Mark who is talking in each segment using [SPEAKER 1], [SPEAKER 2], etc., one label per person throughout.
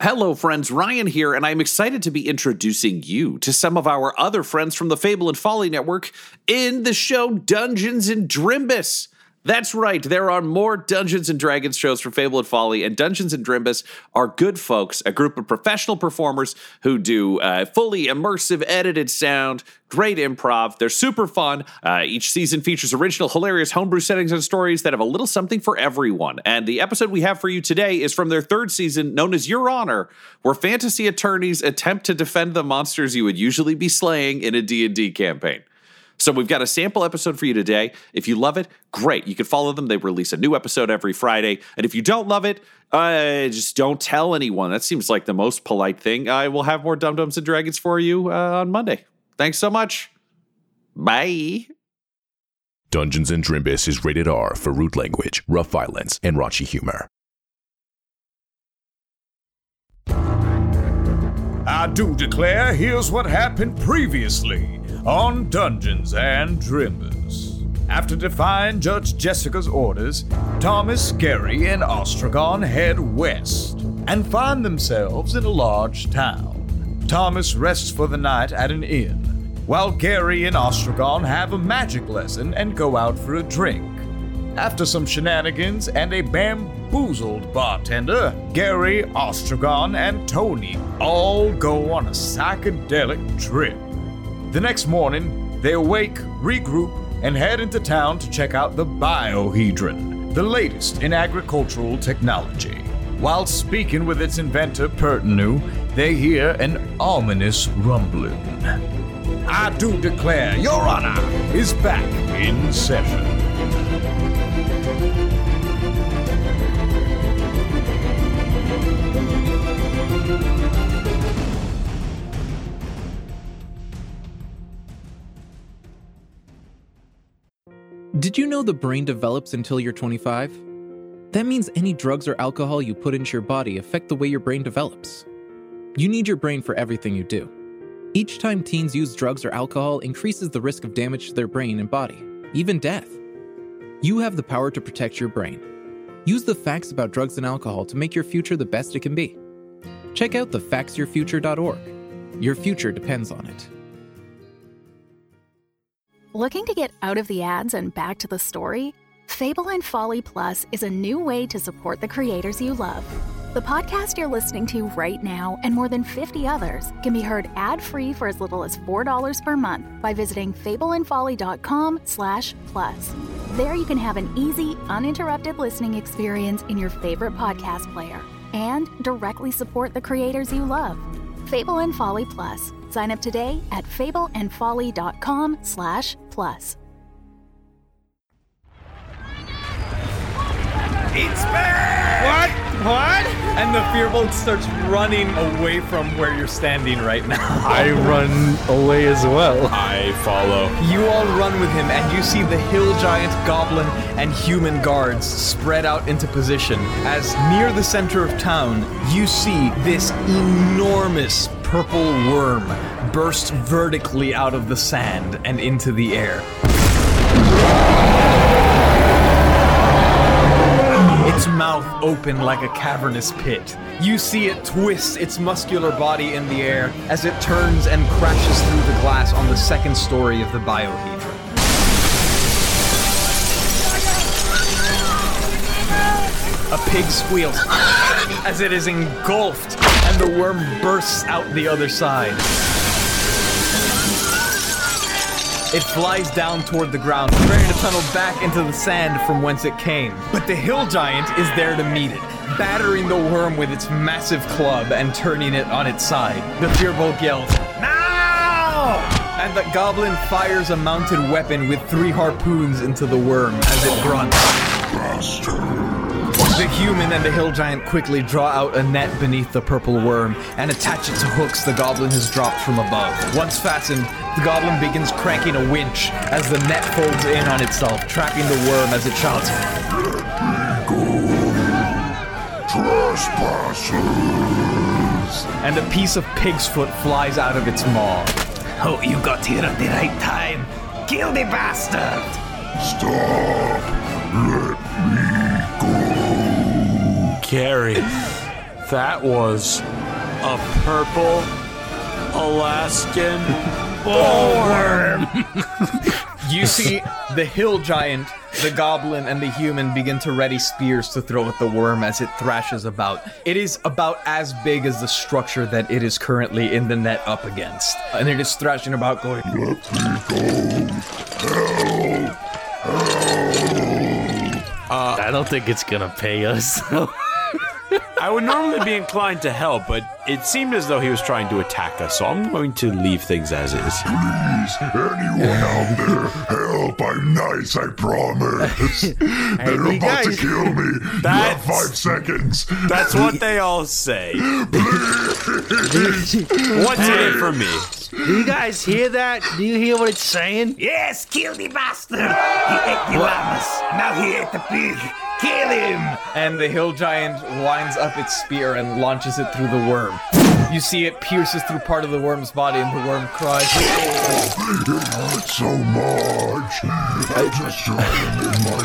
[SPEAKER 1] Hello, friends. Ryan here, and I'm excited to be introducing you to some of our other friends from the Fable and Folly Network in the show Dungeons and Drimbus. That's right, there are more Dungeons and Dragons shows for Fable and Folly, and Dungeons and Drimbus are good folks, a group of professional performers who do uh, fully immersive, edited sound, great improv. They're super fun. Uh, each season features original, hilarious homebrew settings and stories that have a little something for everyone. And the episode we have for you today is from their third season, known as Your Honor, where fantasy attorneys attempt to defend the monsters you would usually be slaying in a D&D campaign. So we've got a sample episode for you today. If you love it, great. You can follow them. They release a new episode every Friday. And if you don't love it, uh, just don't tell anyone. That seems like the most polite thing. I will have more Dum Dums and Dragons for you uh, on Monday. Thanks so much. Bye.
[SPEAKER 2] Dungeons and Drimbus is rated R for rude language, rough violence, and raunchy humor.
[SPEAKER 3] I do declare, here's what happened previously on Dungeons and Drimbus. After defying Judge Jessica's orders, Thomas, Gary, and Ostragon head west and find themselves in a large town. Thomas rests for the night at an inn, while Gary and Ostragon have a magic lesson and go out for a drink. After some shenanigans and a bamboozled bartender, Gary, Ostrogon, and Tony all go on a psychedelic trip. The next morning, they awake, regroup, and head into town to check out the Biohedron, the latest in agricultural technology. While speaking with its inventor, Pertinu, they hear an ominous rumbling. I do declare, Your Honor is back in session.
[SPEAKER 4] Did you know the brain develops until you're 25? That means any drugs or alcohol you put into your body affect the way your brain develops. You need your brain for everything you do. Each time teens use drugs or alcohol increases the risk of damage to their brain and body, even death. You have the power to protect your brain. Use the facts about drugs and alcohol to make your future the best it can be. Check out thefactsyourfuture.org. Your future depends on it.
[SPEAKER 5] Looking to get out of the ads and back to the story? Fable and Folly Plus is a new way to support the creators you love. The podcast you're listening to right now and more than 50 others can be heard ad-free for as little as $4 per month by visiting fableandfolly.com slash plus. There you can have an easy, uninterrupted listening experience in your favorite podcast player and directly support the creators you love. Fable and Folly Plus. Sign up today at fableandfolly.com slash plus.
[SPEAKER 3] It's back!
[SPEAKER 6] What? What? And the fearbolt starts running away from where you're standing right now.
[SPEAKER 7] I run away as well.
[SPEAKER 8] I follow.
[SPEAKER 6] You all run with him, and you see the hill giant, goblin, and human guards spread out into position. As near the center of town, you see this enormous purple worm burst vertically out of the sand and into the air. its mouth open like a cavernous pit. You see it twist its muscular body in the air as it turns and crashes through the glass on the second story of the biohedron. A pig squeals as it is engulfed and the worm bursts out the other side. It flies down toward the ground, preparing to tunnel back into the sand from whence it came. But the hill giant is there to meet it, battering the worm with its massive club and turning it on its side. The fearbolt yells, Now! And the goblin fires a mounted weapon with three harpoons into the worm as it grunts. The human and the hill giant quickly draw out a net beneath the purple worm and attach it to hooks the goblin has dropped from above. Once fastened, the goblin begins cranking a winch as the net folds in on itself, trapping the worm as it shouts, and a piece of pig's foot flies out of its maw. Oh, you got here at the right time. Kill the bastard!
[SPEAKER 8] Gary, that was a purple Alaskan worm.
[SPEAKER 6] You see, the hill giant, the goblin, and the human begin to ready spears to throw at the worm as it thrashes about. It is about as big as the structure that it is currently in the net up against. And it is thrashing about, going,
[SPEAKER 9] Uh, I don't think it's gonna pay us.
[SPEAKER 8] I would normally be inclined to help, but it seemed as though he was trying to attack us, so I'm going to leave things as is.
[SPEAKER 10] Anyone out there, help! I'm nice, I promise. They're about to kill me.
[SPEAKER 8] That's-
[SPEAKER 10] You have five seconds.
[SPEAKER 8] That's what they all say. What's in it for me?
[SPEAKER 9] Do you guys hear that? Do you hear what it's saying? Yes, kill the bastard. He ate the llamas. Now he ate the pig. Kill him.
[SPEAKER 6] and the hill giant winds up its spear and launches it through the worm. You see it pierces through part of the worm's body, and the worm cries. "Oh,
[SPEAKER 10] It hurts so much. I just tried in my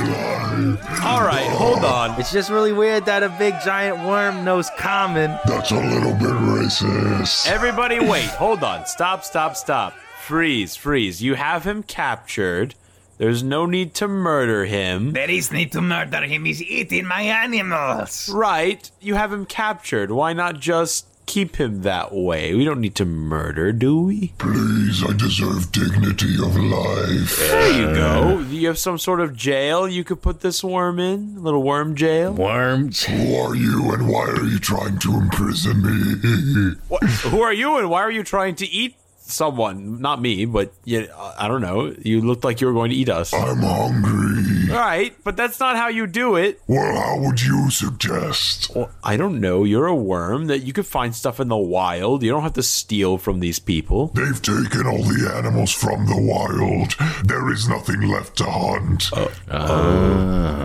[SPEAKER 10] life.
[SPEAKER 8] All right, hold on.
[SPEAKER 9] It's just really weird that a big giant worm knows common.
[SPEAKER 10] That's a little bit racist.
[SPEAKER 8] Everybody, wait. Hold on. Stop, stop, stop. Freeze, freeze. You have him captured. There's no need to murder him.
[SPEAKER 9] There is need to murder him. He's eating my animals.
[SPEAKER 8] Right. You have him captured. Why not just keep him that way? We don't need to murder, do we?
[SPEAKER 10] Please, I deserve dignity of life.
[SPEAKER 8] There you go. Oh, You have some sort of jail you could put this worm in? Little worm jail?
[SPEAKER 9] Worm.
[SPEAKER 10] Who are you and why are you trying to imprison me?
[SPEAKER 8] What? Who are you and why are you trying to eat someone? Not me, but yeah, I don't know. You looked like you were going to eat us. All
[SPEAKER 10] I'm hungry.
[SPEAKER 8] right, but that's not how you do it.
[SPEAKER 10] Well, how would you suggest?
[SPEAKER 8] Well, I don't know. You're a worm that you could find stuff in the wild. You don't have to steal from these people.
[SPEAKER 10] They've taken all the animals from the wild. There is nothing left to hunt.
[SPEAKER 8] Oh,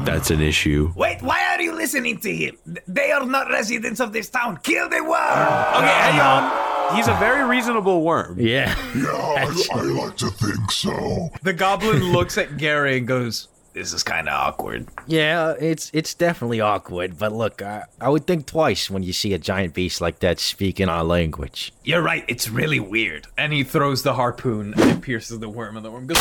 [SPEAKER 8] That's an issue.
[SPEAKER 9] Wait, why are you listening to him? They are not residents of this town. Kill the worm.
[SPEAKER 8] Okay, hang on. He's a very reasonable worm.
[SPEAKER 9] Yeah.
[SPEAKER 10] yeah, I, I like to think so.
[SPEAKER 6] The goblin looks at Gary and goes,
[SPEAKER 9] This is kind of awkward.
[SPEAKER 11] Yeah, it's it's definitely awkward, but look, I, I would think twice when you see a giant beast like that speaking our language.
[SPEAKER 9] You're right. It's really weird.
[SPEAKER 6] and he throws the harpoon and it pierces the worm, and the worm goes,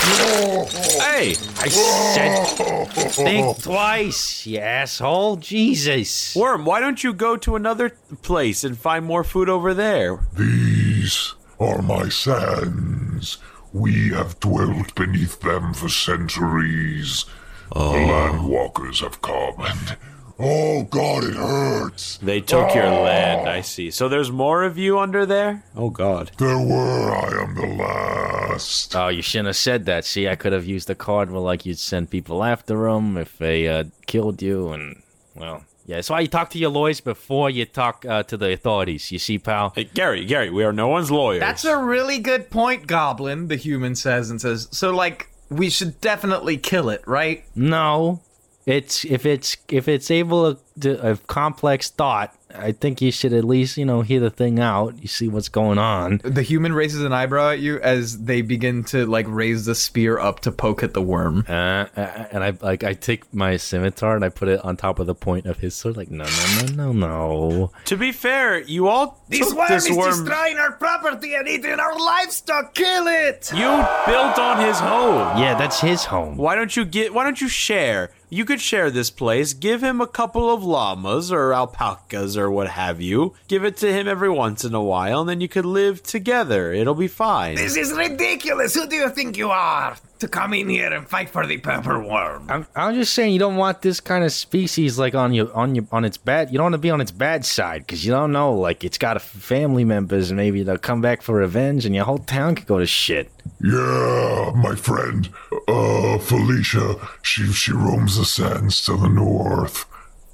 [SPEAKER 8] Hey,
[SPEAKER 11] I said think twice, you asshole. Jesus.
[SPEAKER 8] worm, why don't you go to another place and find more food over there?
[SPEAKER 10] These are my sands. We have dwelt beneath them for centuries.
[SPEAKER 8] Oh.
[SPEAKER 10] The land walkers have come and. Oh god, it hurts!
[SPEAKER 8] They took your land, I see. So there's more of you under there? Oh, God.
[SPEAKER 10] There were, I am the last.
[SPEAKER 11] Oh, you shouldn't have said that. See, I could have used the card where, like, you'd send people after them if they uh, killed you, and, well. Yeah, that's why you talk to your lawyers before you talk uh, to the authorities. You see, pal?
[SPEAKER 8] Hey, Gary, Gary, we are no one's lawyers.
[SPEAKER 6] That's a really good point, Goblin, the human says and says, So, like, we should definitely kill it, right?
[SPEAKER 11] No. It's if it's if it's able to a complex thought, I think you should at least, you know, hear the thing out. You see what's going on.
[SPEAKER 6] The human raises an eyebrow at you as they begin to, like, raise the spear up to poke at the worm.
[SPEAKER 11] Uh, uh, and I like I take my scimitar and I put it on top of the point of his sword. Like no, no, no, no, no.
[SPEAKER 8] to be fair, you all
[SPEAKER 9] This
[SPEAKER 8] took
[SPEAKER 9] worm
[SPEAKER 8] this
[SPEAKER 9] is
[SPEAKER 8] worm.
[SPEAKER 9] destroying our property and eating our livestock. Kill it.
[SPEAKER 8] you built on his home.
[SPEAKER 11] Yeah, that's his home.
[SPEAKER 8] Why don't you get? Why don't you share? You could share this place. Give him a couple of llamas or alpacas or what have you. Give it to him every once in a while, and then you could live together. It'll be fine.
[SPEAKER 9] This is ridiculous. Who do you think you are to come in here and fight for the purple worm?
[SPEAKER 11] I'm, I'm just saying you don't want this kind of species like on your on your on its bad. You don't want to be on its bad side because you don't know like it's got a family members. Maybe they'll come back for revenge and your whole town could go to shit.
[SPEAKER 10] Yeah, my friend, uh, Felicia, she, she roams the sands to the north.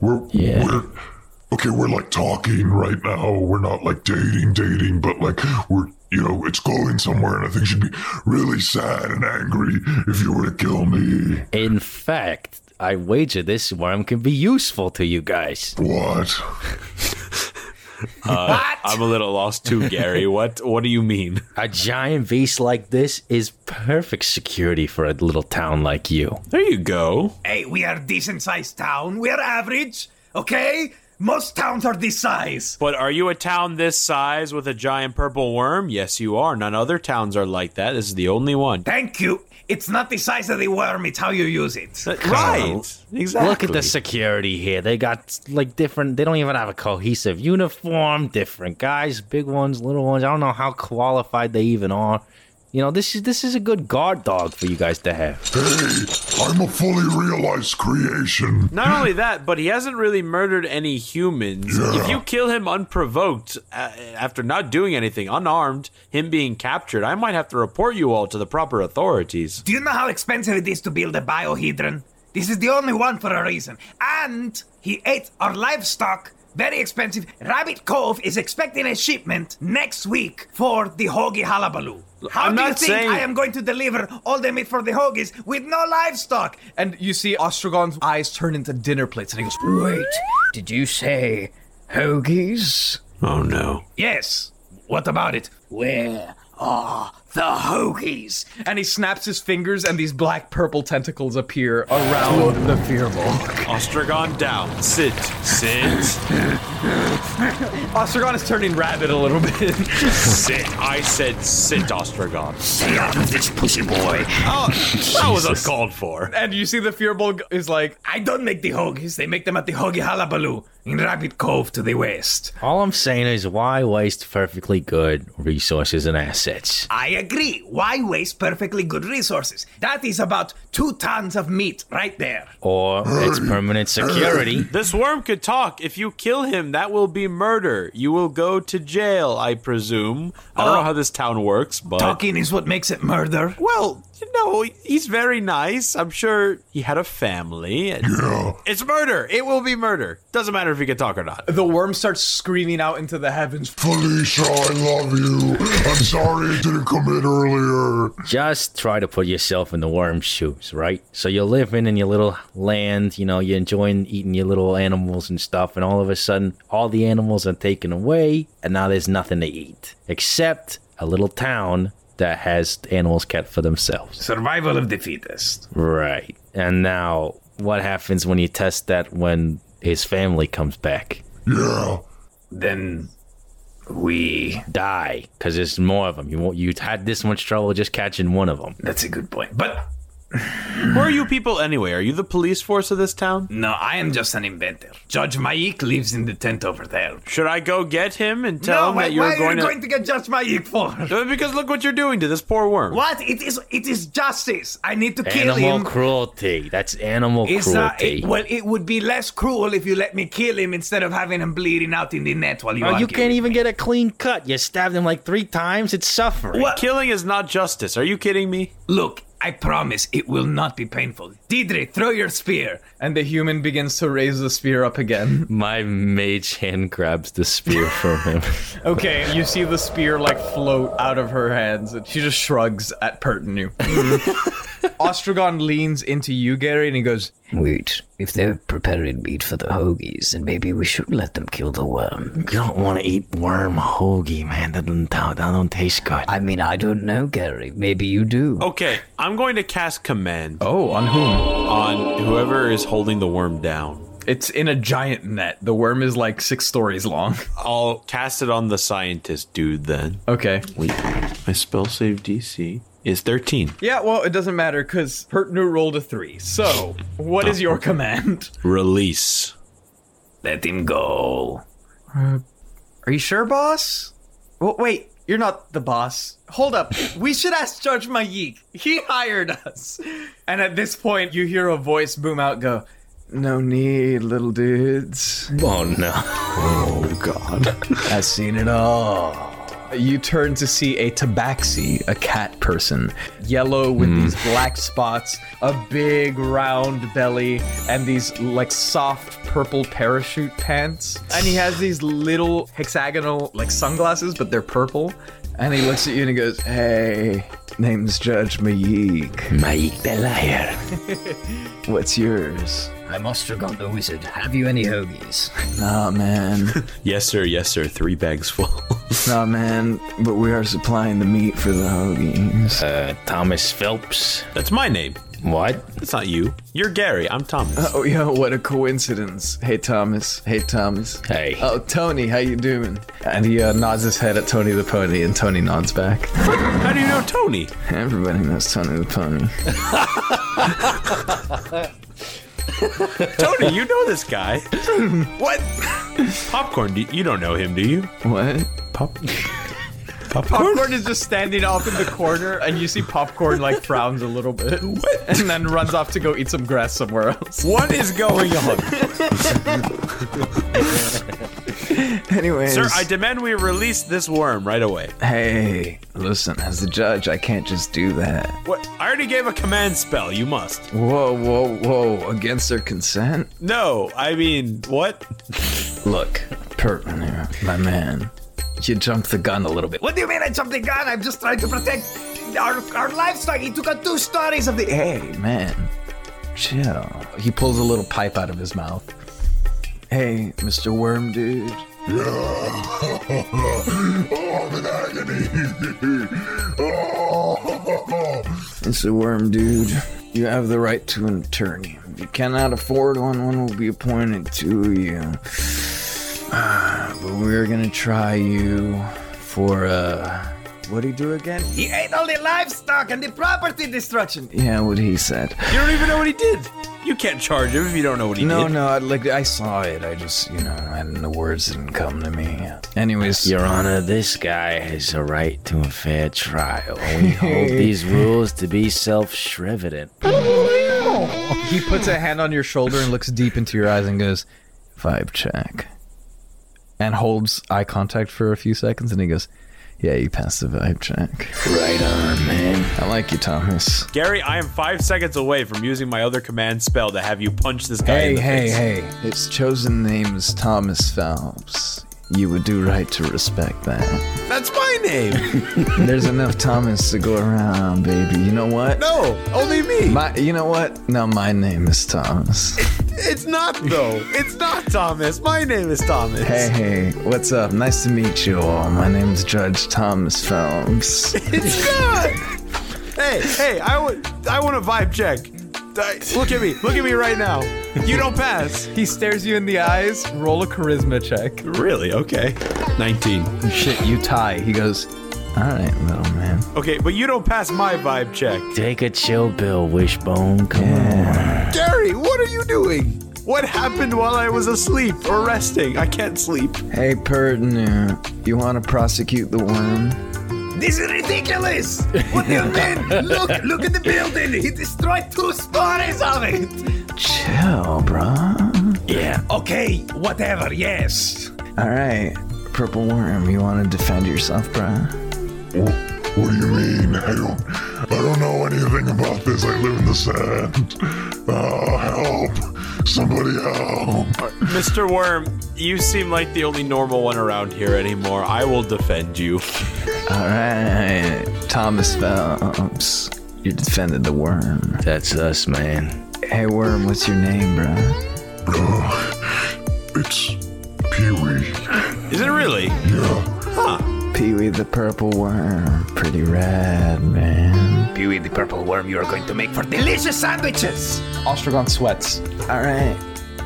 [SPEAKER 10] We're, we're okay. We're like talking right now. We're not like dating, dating, but like we're you know it's going somewhere, and I think she'd be really sad and angry if you were to kill me.
[SPEAKER 11] In fact, I wager this worm can be useful to you guys.
[SPEAKER 10] What?
[SPEAKER 8] Uh, I'm a little lost too, Gary. What What do you mean?
[SPEAKER 11] A giant beast like this is perfect security for a little town like you.
[SPEAKER 8] There you go.
[SPEAKER 9] Hey, we are a decent sized town. We're average, okay? Most towns are this size.
[SPEAKER 8] But are you a town this size with a giant purple worm? Yes, you are. None other towns are like that. This is the only one.
[SPEAKER 9] Thank you. It's not the size of the worm, it's how you use it.
[SPEAKER 8] Right. Exactly.
[SPEAKER 11] Uh, Look at the security here. They got like different. They don't even have a cohesive uniform. Different guys, big ones, little ones. I don't know how qualified they even are. You know, this is this is a good guard dog for you guys to have.
[SPEAKER 10] Hey, I'm a fully realized creation.
[SPEAKER 8] Not only that, but he hasn't really murdered any humans. If you kill him unprovoked, uh, after not doing anything, unarmed, him being captured, I might have to report you all to the proper authorities.
[SPEAKER 9] Do you know how expensive it is to build a biohedron? This is the only one for a reason. And he ate our livestock. Very expensive. Rabbit Cove is expecting a shipment next week for the hoagie hullabaloo. How
[SPEAKER 6] I'm
[SPEAKER 9] do you
[SPEAKER 6] not
[SPEAKER 9] think
[SPEAKER 6] saying-
[SPEAKER 9] I am going to deliver all the meat for the hoagies with no livestock?
[SPEAKER 6] And you see Ostrogon's eyes turn into dinner plates, and he goes,
[SPEAKER 9] Wait, did you say hoagies?
[SPEAKER 8] Oh no.
[SPEAKER 9] Yes. What about it? Where are the hoagies?
[SPEAKER 6] Ah, And he snaps his fingers, and these black purple tentacles appear around the fearful.
[SPEAKER 8] Ostrogon down. Sit. Sit.
[SPEAKER 6] Ostrogon is turning rabid a little bit.
[SPEAKER 8] sit. I said sit, Ostrogon.
[SPEAKER 9] Stay out of this pussy boy.
[SPEAKER 8] Oh, that was uncalled for.
[SPEAKER 6] And you see the Fearbolg is like,
[SPEAKER 9] I don't make the hoagies. They make them at the hoagie halabaloo in Rabbit Cove to the west.
[SPEAKER 11] All I'm saying is, why waste perfectly good resources and assets?
[SPEAKER 9] I agree. Why waste perfectly good resources? That is about two tons of meat right there.
[SPEAKER 11] Or it's permanent security.
[SPEAKER 8] This worm could talk. If you kill him, that will be murder. You will go to jail, I presume. I don't know how this town works, but
[SPEAKER 9] Talking is what makes it murder.
[SPEAKER 8] well, you know, he's very nice. I'm sure he had a family.
[SPEAKER 10] Yeah.
[SPEAKER 8] It's murder. It will be murder. Doesn't matter if he can talk or not.
[SPEAKER 6] the worm starts screaming out into the heavens.
[SPEAKER 10] Felicia, I love you. I'm sorry I didn't come in earlier.
[SPEAKER 11] Just try to put yourself in the worm's shoes, right? So you're living in your little land, you know, you're enjoying eating your little animals and stuff, and all of a sudden, all the animals are taken away, and now there's nothing to eat except a little town that has animals kept for themselves.
[SPEAKER 9] Survival of the fittest.
[SPEAKER 11] Right. And now, what happens when you test that when his family comes back?
[SPEAKER 10] Yeah.
[SPEAKER 9] Then we.
[SPEAKER 11] Die, because there's more of them. You won't, you had this much trouble just catching one of them.
[SPEAKER 9] That's a good point. But
[SPEAKER 8] Who are you people anyway? Are you the police force of this town?
[SPEAKER 9] no, I am just an inventor. Judge Maik lives in the tent over there.
[SPEAKER 8] Should I go get him and tell him
[SPEAKER 9] no,
[SPEAKER 8] that
[SPEAKER 9] why,
[SPEAKER 8] you're
[SPEAKER 9] why
[SPEAKER 8] going
[SPEAKER 9] are you
[SPEAKER 8] to?
[SPEAKER 9] going to get Judge Maik for?
[SPEAKER 8] Uh, because look what you're doing to this poor worm.
[SPEAKER 9] What? It is it is justice. I need to kill
[SPEAKER 11] Animal
[SPEAKER 9] him.
[SPEAKER 11] cruelty. That's animal
[SPEAKER 9] Is that
[SPEAKER 11] cruelty.
[SPEAKER 9] it, well? It would be less cruel if you let me kill him instead of having him bleeding out in the net while you.
[SPEAKER 11] Oh, you
[SPEAKER 9] argue
[SPEAKER 11] can't
[SPEAKER 9] with
[SPEAKER 11] even
[SPEAKER 9] me.
[SPEAKER 11] get a clean cut. You stabbed him like three times. It's suffering.
[SPEAKER 9] What?
[SPEAKER 8] Killing is not justice. Are you kidding me?
[SPEAKER 9] Look, I promise it will not be painful. Deidre, throw your spear.
[SPEAKER 6] And the human begins to raise the spear up again.
[SPEAKER 11] My mage hand grabs the spear from him.
[SPEAKER 6] Okay, you see the spear like float out of her hands, and she just shrugs at Pertinu. Ostrogon leans into you, Gary, and he goes,
[SPEAKER 12] Wait, if they're preparing meat for the hoagies, then maybe we should let them kill the worm.
[SPEAKER 11] you don't want to eat worm hoagie, man. That don't, that don't taste good.
[SPEAKER 12] I mean, I don't know, Gary. Maybe you do.
[SPEAKER 8] Okay, I'm going to cast command
[SPEAKER 6] Oh, on whom?
[SPEAKER 8] on whoever is holding the worm down.
[SPEAKER 6] It's in a giant net. The worm is like six stories long.
[SPEAKER 8] I'll cast it on the scientist dude then.
[SPEAKER 6] Okay.
[SPEAKER 8] Wait, my spell save DC is 13.
[SPEAKER 6] Yeah, well, it doesn't matter because Pertinu rolled a three. So, what is your command?
[SPEAKER 8] Release.
[SPEAKER 9] Let him
[SPEAKER 8] Oh.
[SPEAKER 9] go.
[SPEAKER 6] Are you sure, boss? Well, wait, you're not the boss. Hold up. we should ask Judge Mayik. He hired us. And at this point, you hear a voice boom out go, No need, little dudes.
[SPEAKER 11] Oh, no.
[SPEAKER 6] I've seen it all.
[SPEAKER 12] You turn to see a tabaxi, a cat person, yellow with
[SPEAKER 4] Hmm.
[SPEAKER 12] these black spots, a big round belly, and these like soft purple parachute pants. And he has these little hexagonal like sunglasses, but they're purple. And he looks at you and he goes, "Hey, name's Judge Maik.
[SPEAKER 6] Maik the liar.
[SPEAKER 12] What's yours?
[SPEAKER 6] I'm Ostrogon the wizard. Have you any hoagies?
[SPEAKER 12] Nah, man.
[SPEAKER 8] yes, sir. Yes, sir. Three bags full.
[SPEAKER 12] nah, man. But we are supplying the meat for the hoagies.
[SPEAKER 11] Uh, Thomas Phelps.
[SPEAKER 8] That's my name.
[SPEAKER 11] What?
[SPEAKER 8] That's not you. You're Gary. I'm Thomas.
[SPEAKER 12] Oh yeah, what a coincidence. Hey Thomas. Hey Thomas.
[SPEAKER 11] Hey.
[SPEAKER 12] Oh Tony, how you doing? And he uh, nods his head at Tony the Pony, and Tony nods back.
[SPEAKER 8] How do you know Tony?
[SPEAKER 12] Everybody knows Tony the Pony.
[SPEAKER 8] Tony, you know this guy. what? Popcorn. Do you, you don't know him, do you?
[SPEAKER 12] What?
[SPEAKER 8] Pop.
[SPEAKER 12] Popcorn? is just standing off in the corner, and you see Popcorn like frowns a little bit, and then runs off to go eat some grass somewhere else.
[SPEAKER 8] What is going on?
[SPEAKER 12] anyway,
[SPEAKER 8] Sir, I demand we release this worm right away.
[SPEAKER 12] Hey, listen, as the judge, I can't just do that.
[SPEAKER 8] What? I already gave a command spell. You must.
[SPEAKER 12] Whoa, whoa, whoa! Against their consent?
[SPEAKER 8] No, I mean, what?
[SPEAKER 12] Look, Pertman, my man, you jumped the gun a little bit.
[SPEAKER 9] What do you mean I jumped the gun? I'm just trying to protect our, our livestock. He took out two stories of the.
[SPEAKER 12] Hey, man, chill. He pulls a little pipe out of his mouth. Hey, Mr. Worm Dude.
[SPEAKER 10] oh, I'm in agony. oh,
[SPEAKER 12] Mr. Worm Dude, you have the right to an attorney. If you cannot afford one, one will be appointed to you. Uh, But we're gonna try you for, uh, what'd he do again?
[SPEAKER 9] He ate all the livestock and the property destruction.
[SPEAKER 12] Yeah, what he said.
[SPEAKER 8] You don't even know what he did. You can't charge him if you don't know what he
[SPEAKER 12] No,
[SPEAKER 8] did.
[SPEAKER 12] no, I, like I saw it. I just, you know, and the words didn't come to me. Anyways,
[SPEAKER 11] Your Honor, this guy has a right to a fair trial. We hold these rules to be self-shrivident.
[SPEAKER 12] He puts a hand on your shoulder and looks deep into your eyes and goes, "Vibe check," and holds eye contact for a few seconds, and he goes, "Yeah, you passed the vibe check." Right on, man. I like you, Thomas.
[SPEAKER 8] Gary, I am five seconds away from using my other command spell to have you punch this guy
[SPEAKER 12] Hey,
[SPEAKER 8] in the
[SPEAKER 12] hey,
[SPEAKER 8] face.
[SPEAKER 12] hey! His chosen name is Thomas Phelps. You would do right to respect that.
[SPEAKER 8] That's my name.
[SPEAKER 12] There's enough Thomas to go around, baby. You know what?
[SPEAKER 8] No, only me.
[SPEAKER 12] My, you know what? No, my name is Thomas.
[SPEAKER 8] It's not though. It's not Thomas. My name is Thomas.
[SPEAKER 12] Hey, hey, what's up? Nice to meet you all. My name's Judge Thomas Phelps.
[SPEAKER 8] It's not. hey, hey, I want I want a vibe check. I- Look at me. Look at me right now. You don't pass.
[SPEAKER 12] He stares you in the eyes. Roll a charisma check.
[SPEAKER 8] Really? Okay. 19.
[SPEAKER 12] Oh, Shit, you tie. He goes, All right, little man.
[SPEAKER 8] Okay, but you don't pass my vibe check.
[SPEAKER 11] Take a chill pill, Wishbone. Come
[SPEAKER 10] Hmm,
[SPEAKER 8] Gary, what are you doing? What happened while I was asleep or resting? I can't sleep.
[SPEAKER 12] Hey, Perdner, you want to prosecute the worm?
[SPEAKER 9] This is ridiculous. What do you mean? look, look at the building. He destroyed two stories of it.
[SPEAKER 12] Chill, bruh.
[SPEAKER 11] Yeah.
[SPEAKER 9] Okay, whatever. Yes.
[SPEAKER 12] All right, purple worm, you want to defend yourself, bruh?
[SPEAKER 10] what do you mean? I don't, I don't know anything about this. I live in the sand. Oh, help! Somebody help!
[SPEAKER 8] Mr. Worm, you seem like the only normal one around here anymore. I will defend you.
[SPEAKER 12] All right, Thomas Phelps, you defended the worm.
[SPEAKER 11] That's us, man.
[SPEAKER 12] Hey, worm, what's your name, bruh?
[SPEAKER 10] It's Pee Wee.
[SPEAKER 8] Is it really?
[SPEAKER 12] Pee Wee the Purple Worm. Pretty rad, man.
[SPEAKER 9] Pee Wee the purple worm you are going to make for delicious sandwiches.
[SPEAKER 12] Ostrogon sweats. All right,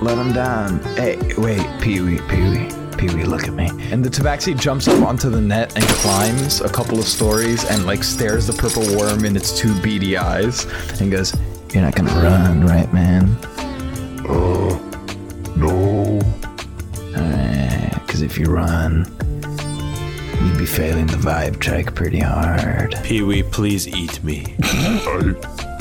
[SPEAKER 12] let him down. Hey, wait, Pee Wee, Pee Wee. Pee Wee, look at me. And the tabaxi jumps up onto the net and climbs a couple of stories and, like, stares the purple worm in its two beady eyes and goes, You're not gonna run, right, man?
[SPEAKER 10] Uh, no.
[SPEAKER 12] Because if you run, you'd be failing the vibe check pretty hard.
[SPEAKER 8] Pee Wee, please eat me.
[SPEAKER 10] I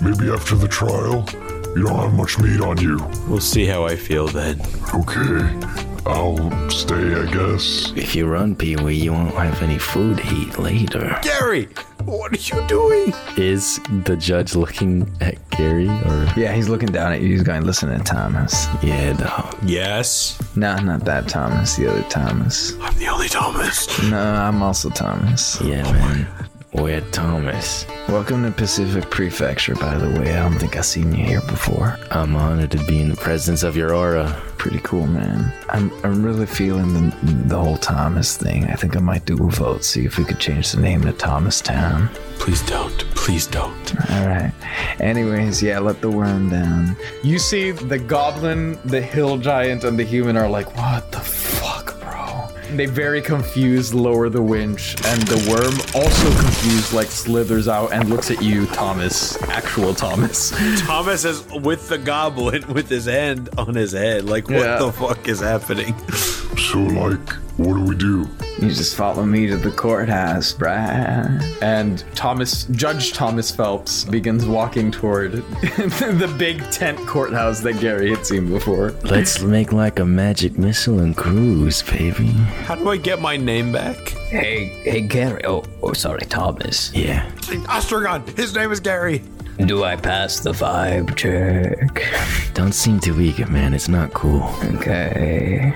[SPEAKER 10] maybe after the trial. You don't have much meat on you.
[SPEAKER 8] We'll see how I feel then.
[SPEAKER 10] Okay. I'll stay, I guess.
[SPEAKER 13] If you run, Pee Wee, you won't have any food to eat later.
[SPEAKER 8] Gary, what are you doing?
[SPEAKER 11] Is the judge looking at Gary or?
[SPEAKER 6] Yeah, he's looking down at you. He's going, listen to Thomas.
[SPEAKER 11] Yeah, no.
[SPEAKER 8] Yes.
[SPEAKER 6] No, not that Thomas. The other Thomas.
[SPEAKER 8] I'm the only Thomas.
[SPEAKER 6] No, I'm also Thomas.
[SPEAKER 11] Yeah, man. We're Thomas.
[SPEAKER 6] Welcome to Pacific Prefecture, by the way. I don't think I've seen you here before.
[SPEAKER 11] I'm honored to be in the presence of your aura.
[SPEAKER 6] Pretty cool, man. I'm, I'm really feeling the, the whole Thomas thing. I think I might do a vote, see if we could change the name to Thomastown.
[SPEAKER 8] Please don't. Please don't.
[SPEAKER 6] All right. Anyways, yeah, let the worm down. You see, the goblin, the hill giant, and the human are like, what the fuck, bro? They very confused lower the winch, and the worm also confused like slithers out and looks at you, Thomas, actual Thomas.
[SPEAKER 8] Thomas is with the goblin with his hand on his head. Like, what
[SPEAKER 6] Yeah.
[SPEAKER 8] the fuck is happening?
[SPEAKER 10] So, like, what do we do?
[SPEAKER 6] You just follow me to the courthouse, bruh. And Thomas, Judge Thomas Phelps, begins walking toward the big tent courthouse that Gary had seen before.
[SPEAKER 11] Let's make like a magic missile and cruise, baby.
[SPEAKER 8] How do I get my name back?
[SPEAKER 13] Hey, hey, Gary. Oh, oh, sorry, Thomas.
[SPEAKER 11] Yeah.
[SPEAKER 8] Ostragon. His name is Gary.
[SPEAKER 13] Do I pass the vibe check?
[SPEAKER 11] Don't seem too eager, man. It's not cool.
[SPEAKER 13] Okay.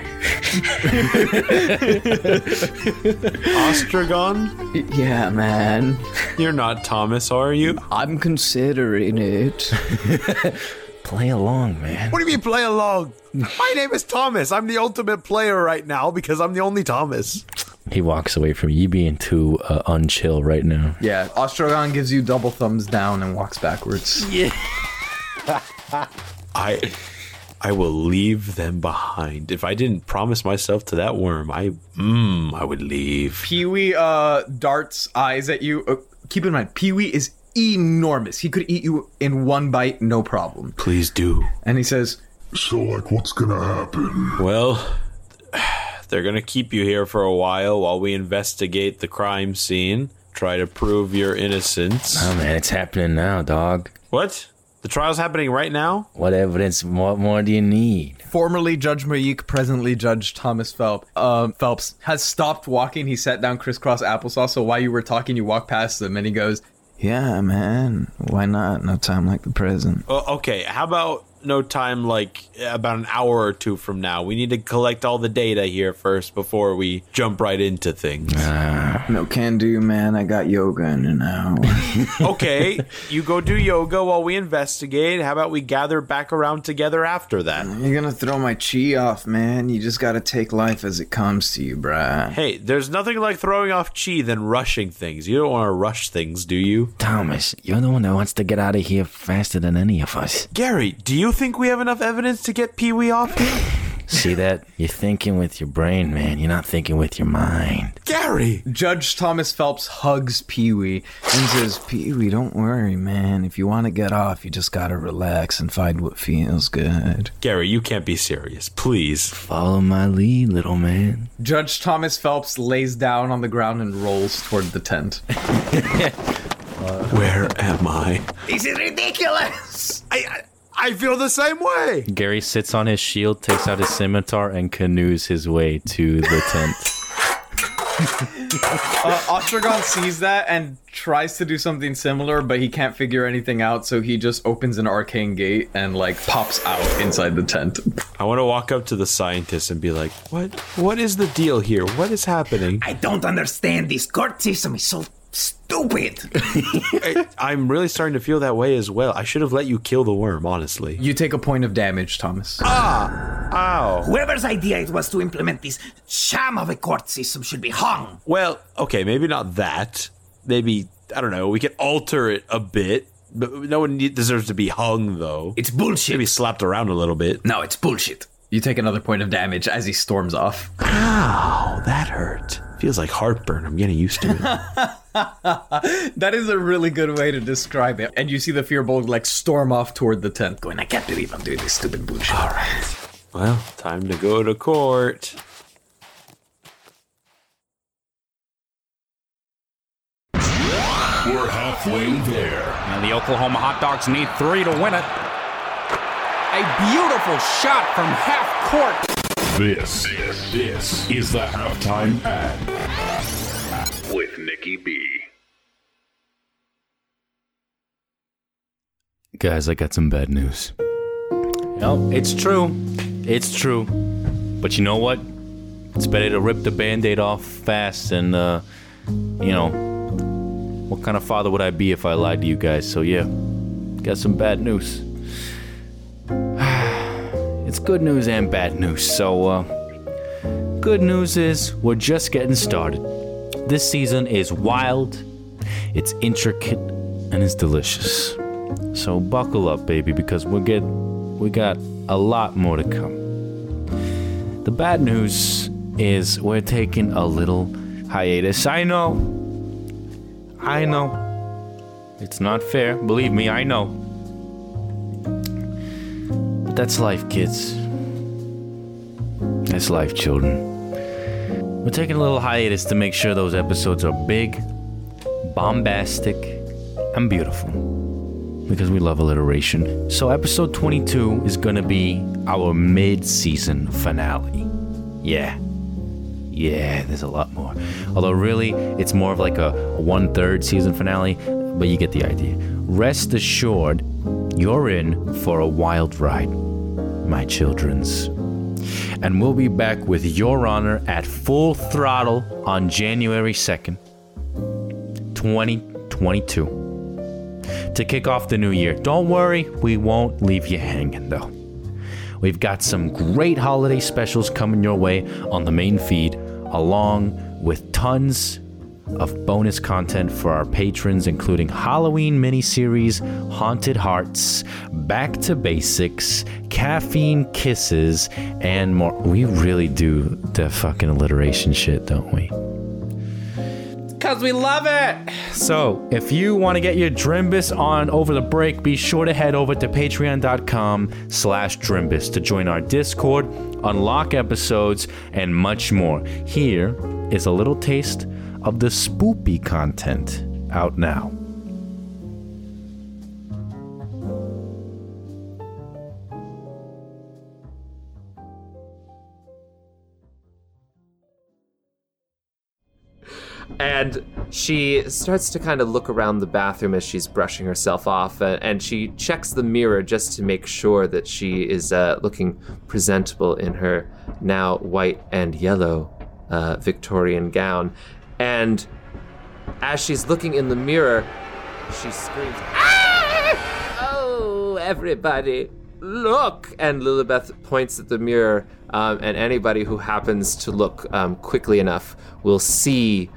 [SPEAKER 8] Ostragon.
[SPEAKER 13] Yeah, man.
[SPEAKER 8] You're not Thomas, are you?
[SPEAKER 13] I'm considering it.
[SPEAKER 11] Play along, man.
[SPEAKER 8] What do you mean play along? My name is Thomas. I'm the ultimate player right now because I'm the only Thomas.
[SPEAKER 11] He walks away from you. You being too uh, unchill right now.
[SPEAKER 6] Yeah, Ostrogon gives you double thumbs down and walks backwards.
[SPEAKER 8] I I will leave them behind. If I didn't promise myself to that worm, I mm, I would leave.
[SPEAKER 6] Pee Wee uh, darts eyes at you. Uh, keep in mind, Pee Wee is enormous. He could eat you in one bite, no problem.
[SPEAKER 8] Please do.
[SPEAKER 6] And he says,
[SPEAKER 10] So, like, what's gonna happen?
[SPEAKER 8] Well, they're going to keep you here for a while while we investigate the crime scene, try to prove your innocence.
[SPEAKER 11] Oh man, it's happening now, dog.
[SPEAKER 8] What? The trial's happening right now?
[SPEAKER 11] What evidence? What more do you need?
[SPEAKER 6] formerly Judge Mayik, presently Judge Thomas Phelps, um, Phelps has stopped walking. He sat down crisscross applesauce. So while you were talking, you walked past him, and he goes, "Yeah, man. Why not? No time like the present."
[SPEAKER 8] Oh, okay, how about no time like about an hour or two from now? We need to collect all the data here first before we jump right into things.
[SPEAKER 11] Ah.
[SPEAKER 6] No can do, man. I got yoga in an hour.
[SPEAKER 8] okay, you go do yoga while we investigate. How about we gather back around together after that?
[SPEAKER 6] You're gonna throw my chi off, man. You just gotta take life as it comes to you, bruh.
[SPEAKER 8] Hey, there's nothing like throwing off chi than rushing things. You don't want to rush things, do you?
[SPEAKER 11] Thomas, you're the one that wants to get out of here faster than any of us.
[SPEAKER 8] Gary, do you think we have enough evidence to get Pee Wee off here?
[SPEAKER 11] See that? You're thinking with your brain, man. You're not thinking with your mind.
[SPEAKER 8] Gary!
[SPEAKER 6] Judge Thomas Phelps hugs Pee Wee and says, Pee Wee, don't worry, man. If you want to get off, you just got to relax and find what feels good.
[SPEAKER 8] Gary, you can't be serious. Please.
[SPEAKER 11] Follow my lead, little man.
[SPEAKER 6] Judge Thomas Phelps lays down on the ground and rolls toward the tent.
[SPEAKER 8] Where am I?
[SPEAKER 9] This is ridiculous.
[SPEAKER 8] I, I, I feel the same way!
[SPEAKER 11] Gary sits on his shield, takes out his scimitar, and canoes his way to the tent.
[SPEAKER 6] Uh, Ostrogon sees that and tries to do something similar, but he can't figure anything out, so he just opens an arcane gate and, like, pops out inside the tent.
[SPEAKER 8] I want to walk up to the scientist and be like, what, what is the deal here? What is happening?
[SPEAKER 9] I don't understand. This court system is so stupid.
[SPEAKER 8] I, I'm really starting to feel that way as well. I should have let you kill the worm, honestly.
[SPEAKER 6] You take a point of damage, Thomas.
[SPEAKER 8] Ah, Ow.
[SPEAKER 9] Whoever's idea it was to implement this sham of a court system should be hung.
[SPEAKER 8] Well, okay, maybe not that. Maybe I don't know. We could alter it a bit. But no one need- deserves to be hung, though.
[SPEAKER 9] It's bullshit.
[SPEAKER 8] Maybe slapped around a little bit.
[SPEAKER 9] No, it's bullshit.
[SPEAKER 6] You take another point of damage as he storms off.
[SPEAKER 8] Ow, that hurt. Feels like heartburn. I'm getting used to it.
[SPEAKER 6] That is a really good way to describe it. And you see the Fearbold, like, storm off toward the tent.
[SPEAKER 9] When I can't believe I'm doing this stupid bullshit. All right.
[SPEAKER 8] well, time to go to court.
[SPEAKER 2] We're halfway there.
[SPEAKER 14] And the Oklahoma Hot Dogs need three to win it. A beautiful shot from half court. This, this, this is the halftime ad with Nikki B.
[SPEAKER 11] Guys, I got some bad news. No, it's true. It's true. But you know what? It's better to rip the band aid off fast and, uh, you know, what kind of father would I be if I lied to you guys? So, yeah, got some bad news. It's good news and bad news. So, uh, good news is we're just getting started. This season is wild, it's intricate, and it's delicious. So, buckle up, baby, because we're getting we got a lot more to come. The bad news is we're taking a little hiatus. I know. I know. It's not fair. Believe me, I know. But that's life, kids. That's life, children. We're taking a little hiatus to make sure those episodes are big, bombastic, and beautiful because we love alliteration. So, episode 22 is going to be our mid season finale. Yeah. Yeah, there's a lot more. Although, really, it's more of like a, a one third season finale, but you get the idea. Rest assured, you're in for a wild ride, my children's. And we'll be back with Your Honor at full throttle on January 2nd, 2022 to kick off the new year. Don't worry, we won't leave you hanging though. We've got some great holiday specials coming your way on the main feed, along with tons of bonus content for our patrons, including Halloween miniseries, Haunted Hearts, Back to Basics, Caffeine Kisses, and more. We really do that fucking alliteration shit, don't we? Because we love it. So, if you want to get your Drimbus on over the break, be sure to head over to patreon.com slash Drimbus to join our Discord, unlock episodes, and much more. Here is a little taste of the spoopy content out now.
[SPEAKER 15] and she starts to kind of look around the bathroom as she's brushing herself off, uh, and she checks the mirror just to make sure that she is uh, looking presentable in her now white and yellow uh, Victorian gown. And as she's looking in the mirror, she screams, Oh, everybody, look! And Lilibeth points at the mirror, um, and anybody who happens to look um, quickly enough will see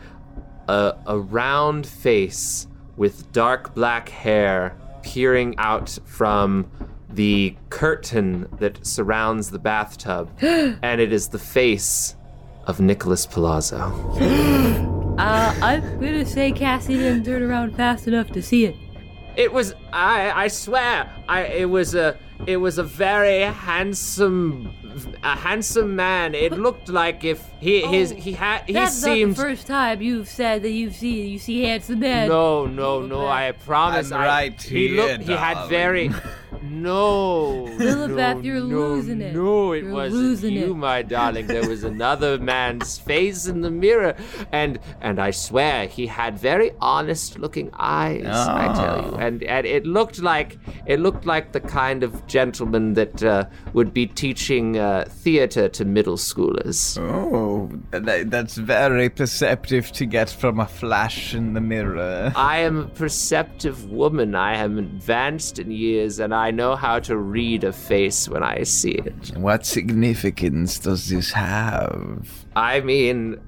[SPEAKER 15] a, a round face with dark black hair peering out from the curtain that surrounds the bathtub. and it is the face of Nicholas Palazzo.
[SPEAKER 16] Uh, I'm gonna say Cassie didn't turn around fast enough to see it.
[SPEAKER 15] It was I. I swear. I. It was a. It was a very handsome, a handsome man. It looked like if he his he had he
[SPEAKER 16] Oh, That's
[SPEAKER 15] seemed.
[SPEAKER 16] not the first time you've said that you've seen you see handsome men.
[SPEAKER 15] No, no, no! I promise.
[SPEAKER 16] I'm
[SPEAKER 15] I-
[SPEAKER 16] right
[SPEAKER 15] he
[SPEAKER 16] here,
[SPEAKER 15] looked. He had
[SPEAKER 16] darling.
[SPEAKER 15] very. No.
[SPEAKER 16] Lilibeth,
[SPEAKER 15] no,
[SPEAKER 16] you're
[SPEAKER 15] no,
[SPEAKER 16] losing it.
[SPEAKER 15] No, it
[SPEAKER 16] You're
[SPEAKER 15] wasn't
[SPEAKER 16] losing
[SPEAKER 15] you,
[SPEAKER 16] it.
[SPEAKER 15] my darling. There was another man's face in the mirror, and and I swear he had very honest-looking eyes. I tell you,
[SPEAKER 12] Oh.
[SPEAKER 15] and and it looked like it looked like the kind of gentleman that uh, would be teaching uh, theater to middle schoolers.
[SPEAKER 6] Oh, tha- that's very perceptive to get from a flash in the mirror.
[SPEAKER 15] I am a perceptive woman. I am advanced in years, and I know how to read a face when I see it.
[SPEAKER 6] What significance does this have?
[SPEAKER 15] I mean,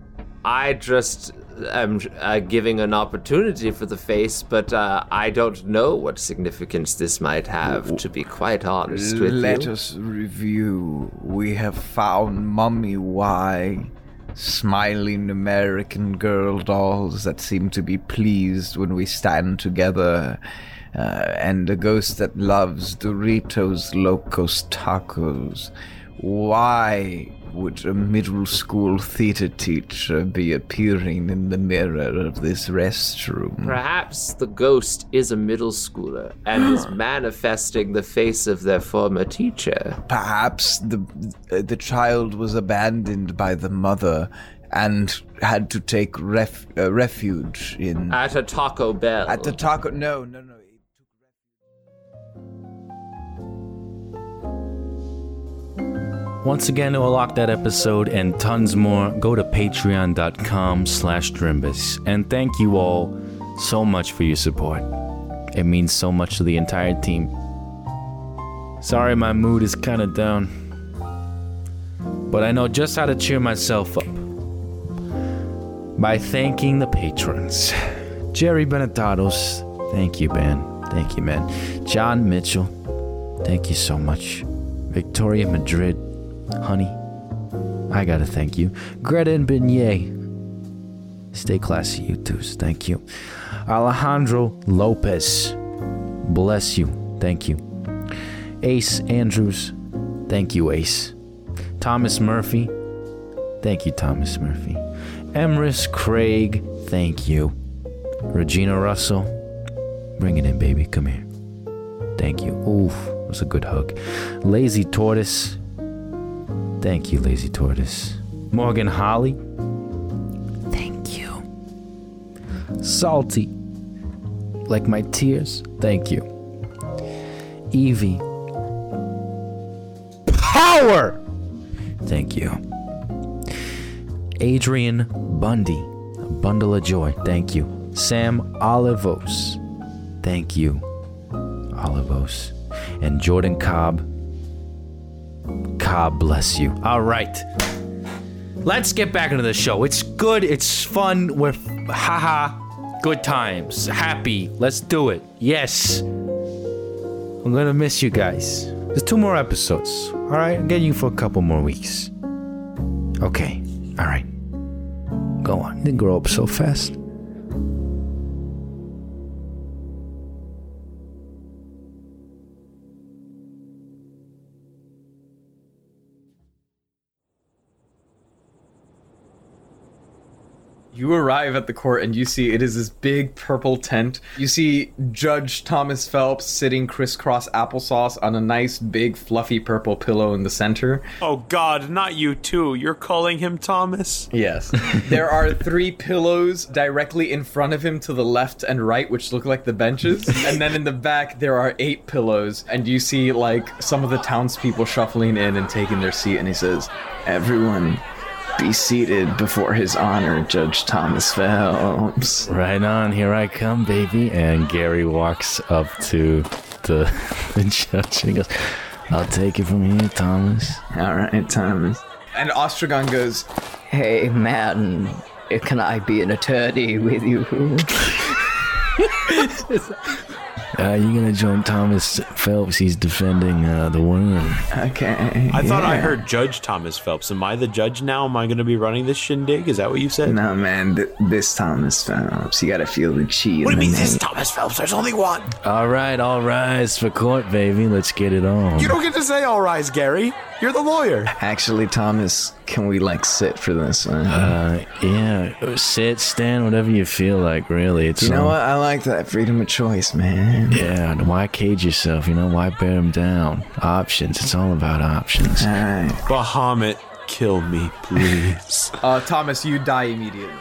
[SPEAKER 15] I just am uh, giving an opportunity for the face, but uh, I don't know what significance this might have, to be quite honest with
[SPEAKER 6] Let
[SPEAKER 15] you.
[SPEAKER 6] us review. We have found Mummy Y, smiling American girl dolls that seem to be pleased when we stand together, uh, and a ghost that loves Doritos Locos Tacos. Why
[SPEAKER 12] would a middle school theater teacher be appearing in the mirror of this restroom?
[SPEAKER 15] Perhaps the ghost is a middle schooler and is manifesting the face of their former teacher.
[SPEAKER 12] Perhaps the uh, the child was abandoned by the mother and had to take ref, uh, refuge in
[SPEAKER 15] At a Taco Bell.
[SPEAKER 12] Mm. at the taco. No, no, no.
[SPEAKER 11] Once again, to unlock that episode and tons more, go to patreon.com slash Drimbus. And thank you all so much for your support. It means so much to the entire team. Sorry my mood is kind of down. But I know just how to cheer myself up. By thanking the patrons. Jerry Benetatos, thank you, Ben. Thank you, man. John Mitchell, thank you so much. Victoria Madrid, honey, I gotta thank you. Greta and Beignet, stay classy, you twos. Thank you. Alejandro Lopez, bless you. Thank you. Ace Andrews, thank you, Ace. Thomas Murphy, thank you, Thomas Murphy. Emrys Craig, thank you. Regina Russell, bring it in, baby. Come here. Thank you. Oof, it was a good hug. Lazy Tortoise. Thank you, Lazy Tortoise. Morgan Holly. Thank you. Salty. Like my tears. Thank you. Evie. Power! Thank you. Adrian Bundy. A bundle of joy. Thank you. Sam Olivos. Thank you. Olivos, and Jordan Cobb. Cobb bless you. All right. Let's get back into the show. It's good. It's fun. We're f- haha. Good times. Happy. Let's do it. Yes. I'm going to miss you guys. There's two more episodes. All right. I'm getting you for a couple more weeks. Okay. All right. Go on. They grow up so fast.
[SPEAKER 6] You arrive at the court and you see it is this big purple tent. You see Judge Thomas Phelps sitting crisscross applesauce on a nice big fluffy purple pillow in the center.
[SPEAKER 8] Oh God, not you too. You're calling him Thomas?
[SPEAKER 6] Yes. there are three pillows directly in front of him to the left and right, which look like the benches. and then in the back, there are eight pillows. And you see, like, some of the townspeople shuffling in and taking their seat. And he says, Everyone, be seated before his honor, Judge Thomas Phelps.
[SPEAKER 11] Right on, here I come, baby. And Gary walks up to the, the judge and he goes, I'll take it from here, Thomas.
[SPEAKER 6] All right, Thomas. And Ostrogon goes,
[SPEAKER 13] Hey, man, can I be an attorney with you?
[SPEAKER 11] Uh, you're gonna join Thomas Phelps. He's defending uh, the worm.
[SPEAKER 6] Okay.
[SPEAKER 8] I thought I heard Judge Thomas Phelps. Am I the judge now? Am I going to be running this shindig? Is that what you said?
[SPEAKER 12] No, man, th- this Thomas Phelps. You gotta feel the chi.
[SPEAKER 8] What do you
[SPEAKER 12] in
[SPEAKER 8] mean
[SPEAKER 12] the
[SPEAKER 8] this
[SPEAKER 12] name.
[SPEAKER 8] Thomas Phelps? There's only one.
[SPEAKER 11] All right, all rise for court, baby. Let's get it on.
[SPEAKER 8] You don't get to say all rise, Gary. You're the lawyer.
[SPEAKER 12] Actually, Thomas, can we like sit for this one?
[SPEAKER 11] Uh, yeah, sit, stand, whatever you feel like. Really, it's
[SPEAKER 12] you know
[SPEAKER 17] um,
[SPEAKER 11] all-
[SPEAKER 12] what? I like that freedom of choice, man.
[SPEAKER 11] Yeah, and why cage yourself? You know, why bear them down? Options. It's all about options.
[SPEAKER 8] Bahamut, kill me, please.
[SPEAKER 6] Uh, Thomas, you die immediately.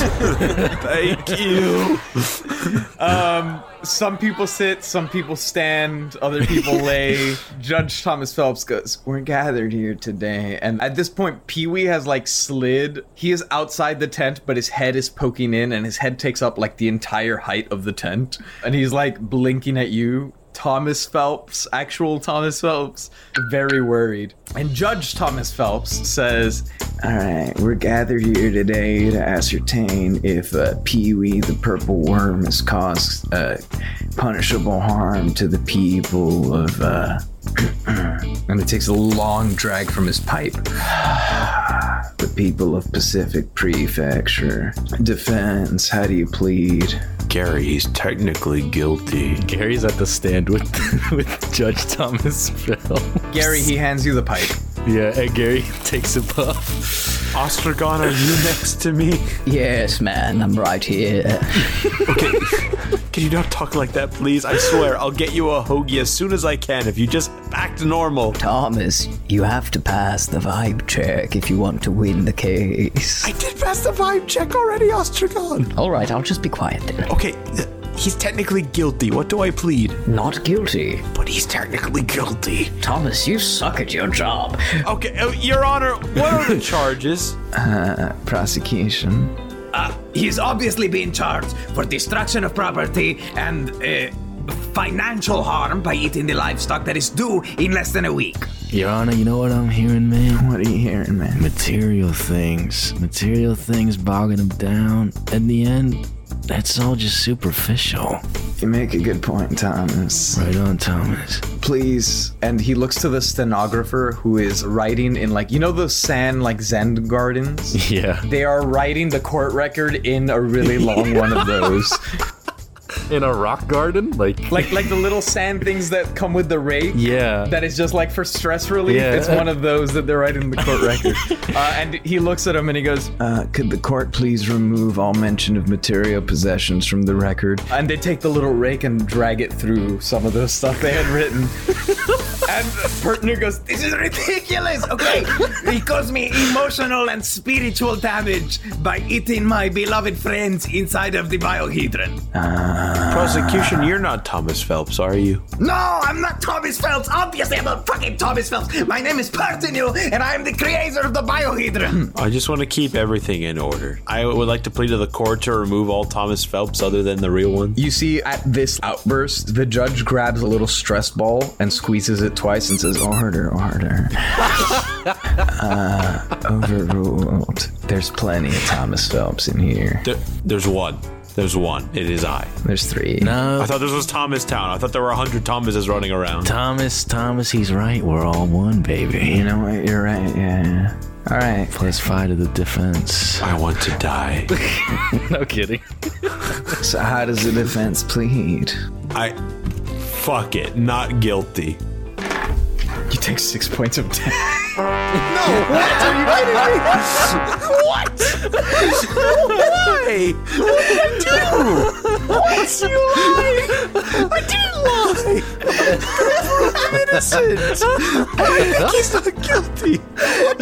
[SPEAKER 8] Thank you.
[SPEAKER 6] Um, some people sit, some people stand, other people lay. Judge Thomas Phelps goes, We're gathered here today. And at this point, Pee Wee has like slid. He is outside the tent, but his head is poking in, and his head takes up like the entire height of the tent. And he's like blinking at you. Thomas Phelps, actual Thomas Phelps, very worried. And Judge Thomas Phelps says,
[SPEAKER 12] All right, we're gathered here today to ascertain if uh, Pee Wee the Purple Worm has caused uh, punishable harm to the people of. Uh... and it takes a long drag from his pipe. the people of Pacific Prefecture. Defense, how do you plead?
[SPEAKER 8] Gary, he's technically guilty.
[SPEAKER 11] Gary's at the stand with with Judge Thomas Phil.
[SPEAKER 6] Gary, he hands you the pipe.
[SPEAKER 11] Yeah, and Gary takes a puff.
[SPEAKER 8] Ostragon, are you next to me?
[SPEAKER 13] Yes, man, I'm right here.
[SPEAKER 8] okay. Can you not talk like that, please? I swear, I'll get you a hoagie as soon as I can if you just act normal.
[SPEAKER 13] Oh, Thomas, you have to pass the vibe check if you want to win the case.
[SPEAKER 8] I did pass the vibe check already, Ostragon.
[SPEAKER 13] All right, I'll just be quiet then.
[SPEAKER 8] Okay, he's technically guilty. What do I plead?
[SPEAKER 13] Not guilty.
[SPEAKER 8] But he's technically guilty.
[SPEAKER 13] Thomas, you suck at your job.
[SPEAKER 8] Okay, uh, Your Honor, what are the charges?
[SPEAKER 12] Uh, prosecution.
[SPEAKER 9] Uh, he's obviously being charged for destruction of property and uh, financial harm by eating the livestock that is due in less than a week.
[SPEAKER 17] Your Honor, you know what I'm hearing, man?
[SPEAKER 12] What are you hearing, man?
[SPEAKER 17] Material things. Material things bogging him down. In the end, that's all just superficial.
[SPEAKER 12] You make a good point, Thomas.
[SPEAKER 17] Right on, Thomas.
[SPEAKER 12] Please.
[SPEAKER 6] And he looks to the stenographer who is writing in, like, you know, those sand, like, Zen gardens?
[SPEAKER 11] Yeah.
[SPEAKER 6] They are writing the court record in a really long one of those.
[SPEAKER 11] in a rock garden like
[SPEAKER 6] like like the little sand things that come with the rake
[SPEAKER 11] yeah
[SPEAKER 6] that is just like for stress relief
[SPEAKER 11] Yeah.
[SPEAKER 6] it's one of those that they're writing in the court record uh, and he looks at him and he goes
[SPEAKER 12] Uh, could the court please remove all mention of material possessions from the record?
[SPEAKER 6] and they take the little rake and drag it through some of the stuff they had written and Pertner goes
[SPEAKER 9] uh, This is ridiculous. Okay, he caused me emotional and spiritual damage by eating my beloved friends inside of the biohedron.
[SPEAKER 8] Uh, Prosecution, you're not Thomas Phelps, are you?
[SPEAKER 9] No, I'm not Thomas Phelps. Obviously, I'm not fucking Thomas Phelps. My name is Pertinu, and I am the creator of the biohedron.
[SPEAKER 8] I just want to keep everything in order. I would like to plead to the court to remove all Thomas Phelps other than the real one.
[SPEAKER 6] You see, at this outburst, the judge grabs a little stress ball and squeezes it twice and says, "Oh,
[SPEAKER 12] Order, order. uh, overruled. There's plenty of Thomas Phelps in here.
[SPEAKER 8] There, there's one. There's one. It is I.
[SPEAKER 12] There's three.
[SPEAKER 8] I thought this was Thomas Town. I thought there were a hundred Thomases running around.
[SPEAKER 17] Thomas, Thomas, he's right. We're all one, baby. You
[SPEAKER 12] know what? You're right. Yeah. All right.
[SPEAKER 17] Plus five to the defense.
[SPEAKER 8] I want to die.
[SPEAKER 11] no kidding.
[SPEAKER 12] So how does the defense plead?
[SPEAKER 8] I fuck it. Not guilty.
[SPEAKER 6] You take six points of damage.
[SPEAKER 8] No, what are you kidding me? What? Why? What did I do? What? You lied. I didn't lie. I'm innocent. I think he's not guilty. What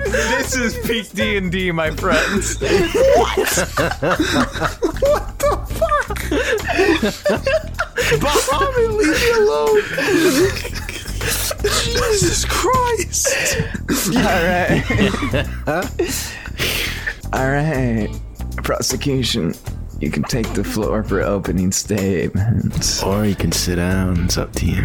[SPEAKER 8] the
[SPEAKER 6] this is peak D and D, my friends.
[SPEAKER 8] fuck? What the fuck? Bahamut, leave me alone. Jesus Christ.
[SPEAKER 12] All right. All right. Prosecution, you can take the floor for opening statements.
[SPEAKER 17] Or you can sit down. It's up to you.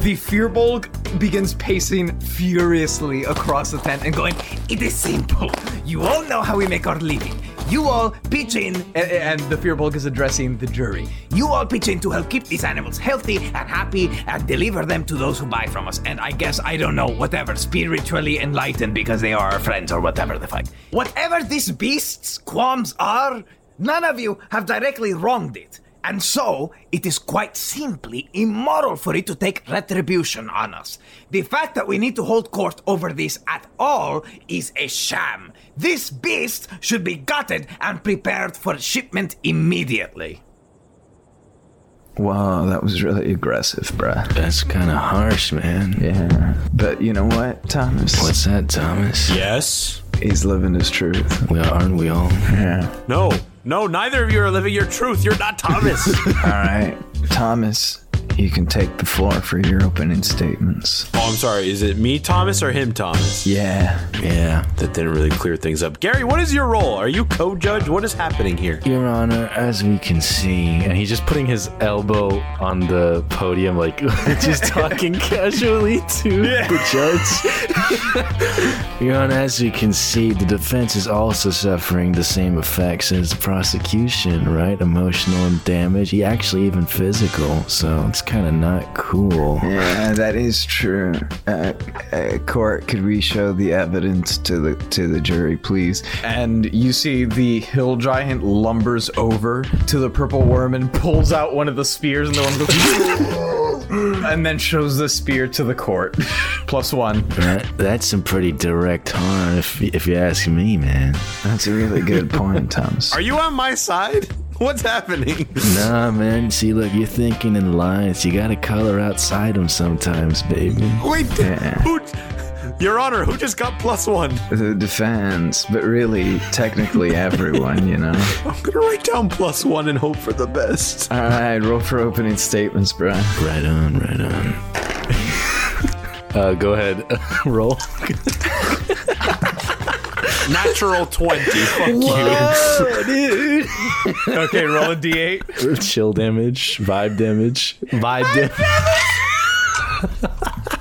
[SPEAKER 6] The Fearbolg begins pacing furiously across the tent and going,
[SPEAKER 9] It is simple. You all know how we make our living. You all pitch in,
[SPEAKER 6] and, and the Fearbolg is addressing the jury.
[SPEAKER 9] you all pitch in to help keep these animals healthy and happy and deliver them to those who buy from us. And I guess, I don't know, whatever, spiritually enlightened because they are our friends or whatever the fuck. Whatever these beasts' qualms are, none of you have directly wronged it. And so, it is quite simply immoral for it to take retribution on us. The fact that we need to hold court over this at all is a sham. This beast should be gutted and prepared for shipment immediately.
[SPEAKER 12] Wow, that was really aggressive, bruh.
[SPEAKER 17] That's kind of harsh, man.
[SPEAKER 12] Yeah. But you know what, Thomas?
[SPEAKER 17] What's that, Thomas?
[SPEAKER 8] Yes.
[SPEAKER 12] He's living his truth.
[SPEAKER 17] We are, aren't we all?
[SPEAKER 12] Yeah.
[SPEAKER 8] No, no, neither of you are living your truth. You're not Thomas.
[SPEAKER 12] All right. Thomas, you can take the floor for your opening statements.
[SPEAKER 8] Oh, I'm sorry. Is it me, Thomas, or him, Thomas?
[SPEAKER 12] Yeah.
[SPEAKER 17] Yeah.
[SPEAKER 8] That didn't really clear things up. Gary, what is your role? Are you co-judge? What is happening here?
[SPEAKER 17] Your Honor, as we can see,
[SPEAKER 11] And he's just putting his elbow on the podium, like just talking casually to the judge.
[SPEAKER 17] Your Honor, as we can see, the defense is also suffering the same effects as the prosecution, right? Emotional and damage, yeah, actually even physical. So it's kind of
[SPEAKER 12] Uh,
[SPEAKER 17] not cool.
[SPEAKER 12] Yeah, that is true. Uh, uh, court, could we show the evidence to the to the jury, please?
[SPEAKER 6] And you see the hill giant lumbers over to the purple worm and pulls out one of the spears, and the worm goes, and then shows the spear to the court. Plus one.
[SPEAKER 17] That, that's some pretty direct harm, if, if you ask me, man.
[SPEAKER 12] That's a really good point, Thomas.
[SPEAKER 8] Are you on my side? What's happening?
[SPEAKER 17] Nah, man. See, look, you're thinking in lines. You gotta color outside them sometimes, baby.
[SPEAKER 8] Wait, who, Your Honor, who just got plus one?
[SPEAKER 12] The defense, but really, technically everyone, you know?
[SPEAKER 8] I'm gonna write down plus one and hope for the best.
[SPEAKER 12] All right, roll for opening statements, bro.
[SPEAKER 17] Right on, right on. uh, go ahead, roll.
[SPEAKER 8] Natural 20. Fuck
[SPEAKER 6] Whoa, dude. okay, roll a d8.
[SPEAKER 17] Chill damage, vibe damage, vibe
[SPEAKER 8] damage.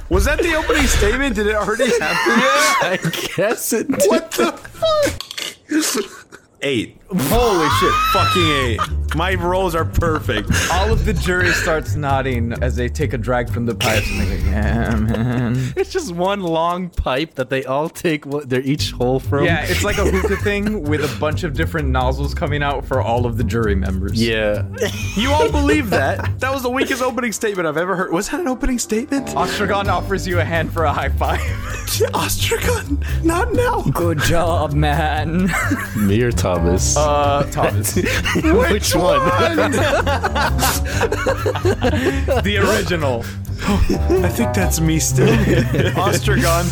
[SPEAKER 8] Was that the opening statement? Did it already happen?
[SPEAKER 17] Yeah. I guess it did.
[SPEAKER 8] What the fuck? Eight. Holy shit, fucking eight. My rolls are perfect.
[SPEAKER 6] All of the jury starts nodding as they take a drag from the pipe. And they go, yeah, man.
[SPEAKER 11] It's just one long pipe that they all take, what, they're each hole from.
[SPEAKER 6] Yeah, it's like a hookah thing with a bunch of different nozzles coming out for all of the jury members.
[SPEAKER 11] Yeah.
[SPEAKER 8] You all believe that? That was the weakest opening statement I've ever heard. Was that an opening statement?
[SPEAKER 6] Ostragon offers you a hand for a high five.
[SPEAKER 8] Ostragon, not now.
[SPEAKER 6] Good job, man.
[SPEAKER 11] Me or Thomas?
[SPEAKER 6] Uh, Thomas.
[SPEAKER 11] Which, one?
[SPEAKER 6] the original.
[SPEAKER 8] Oh, I think that's me still. Ostragon,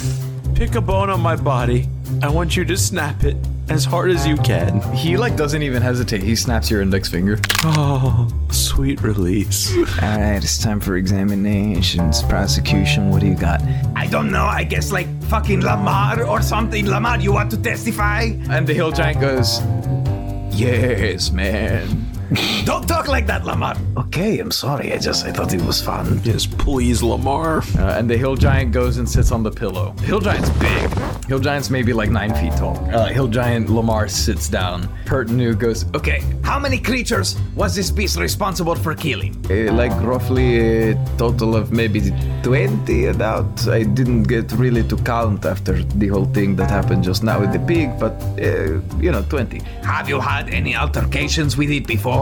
[SPEAKER 8] pick a bone on my body. I want you to snap it as hard as you can.
[SPEAKER 6] He like doesn't even hesitate. He snaps your index finger.
[SPEAKER 8] Oh, sweet release.
[SPEAKER 12] All right, it's time for examinations, prosecution. What do you got?
[SPEAKER 9] I don't know. I guess like fucking Lamar or something. Lamar, you want to testify?
[SPEAKER 6] And the hill giant goes, "Yes, man."
[SPEAKER 9] Don't talk like that, Lamar.
[SPEAKER 12] Okay, I'm sorry. I just I thought it was fun.
[SPEAKER 8] Yes, please, Lamar.
[SPEAKER 6] Uh, and the hill giant goes and sits on the pillow. Hill giant's big. Hill giant's maybe like nine feet tall. Uh, hill giant Lamar sits down. Pertinu goes,
[SPEAKER 9] okay. How many creatures was this beast responsible for killing?
[SPEAKER 12] Uh, like roughly a total of maybe twenty. About I didn't get really to count after the whole thing that happened just now with the pig, but eh, you know, twenty.
[SPEAKER 9] Have you had any altercations with it before?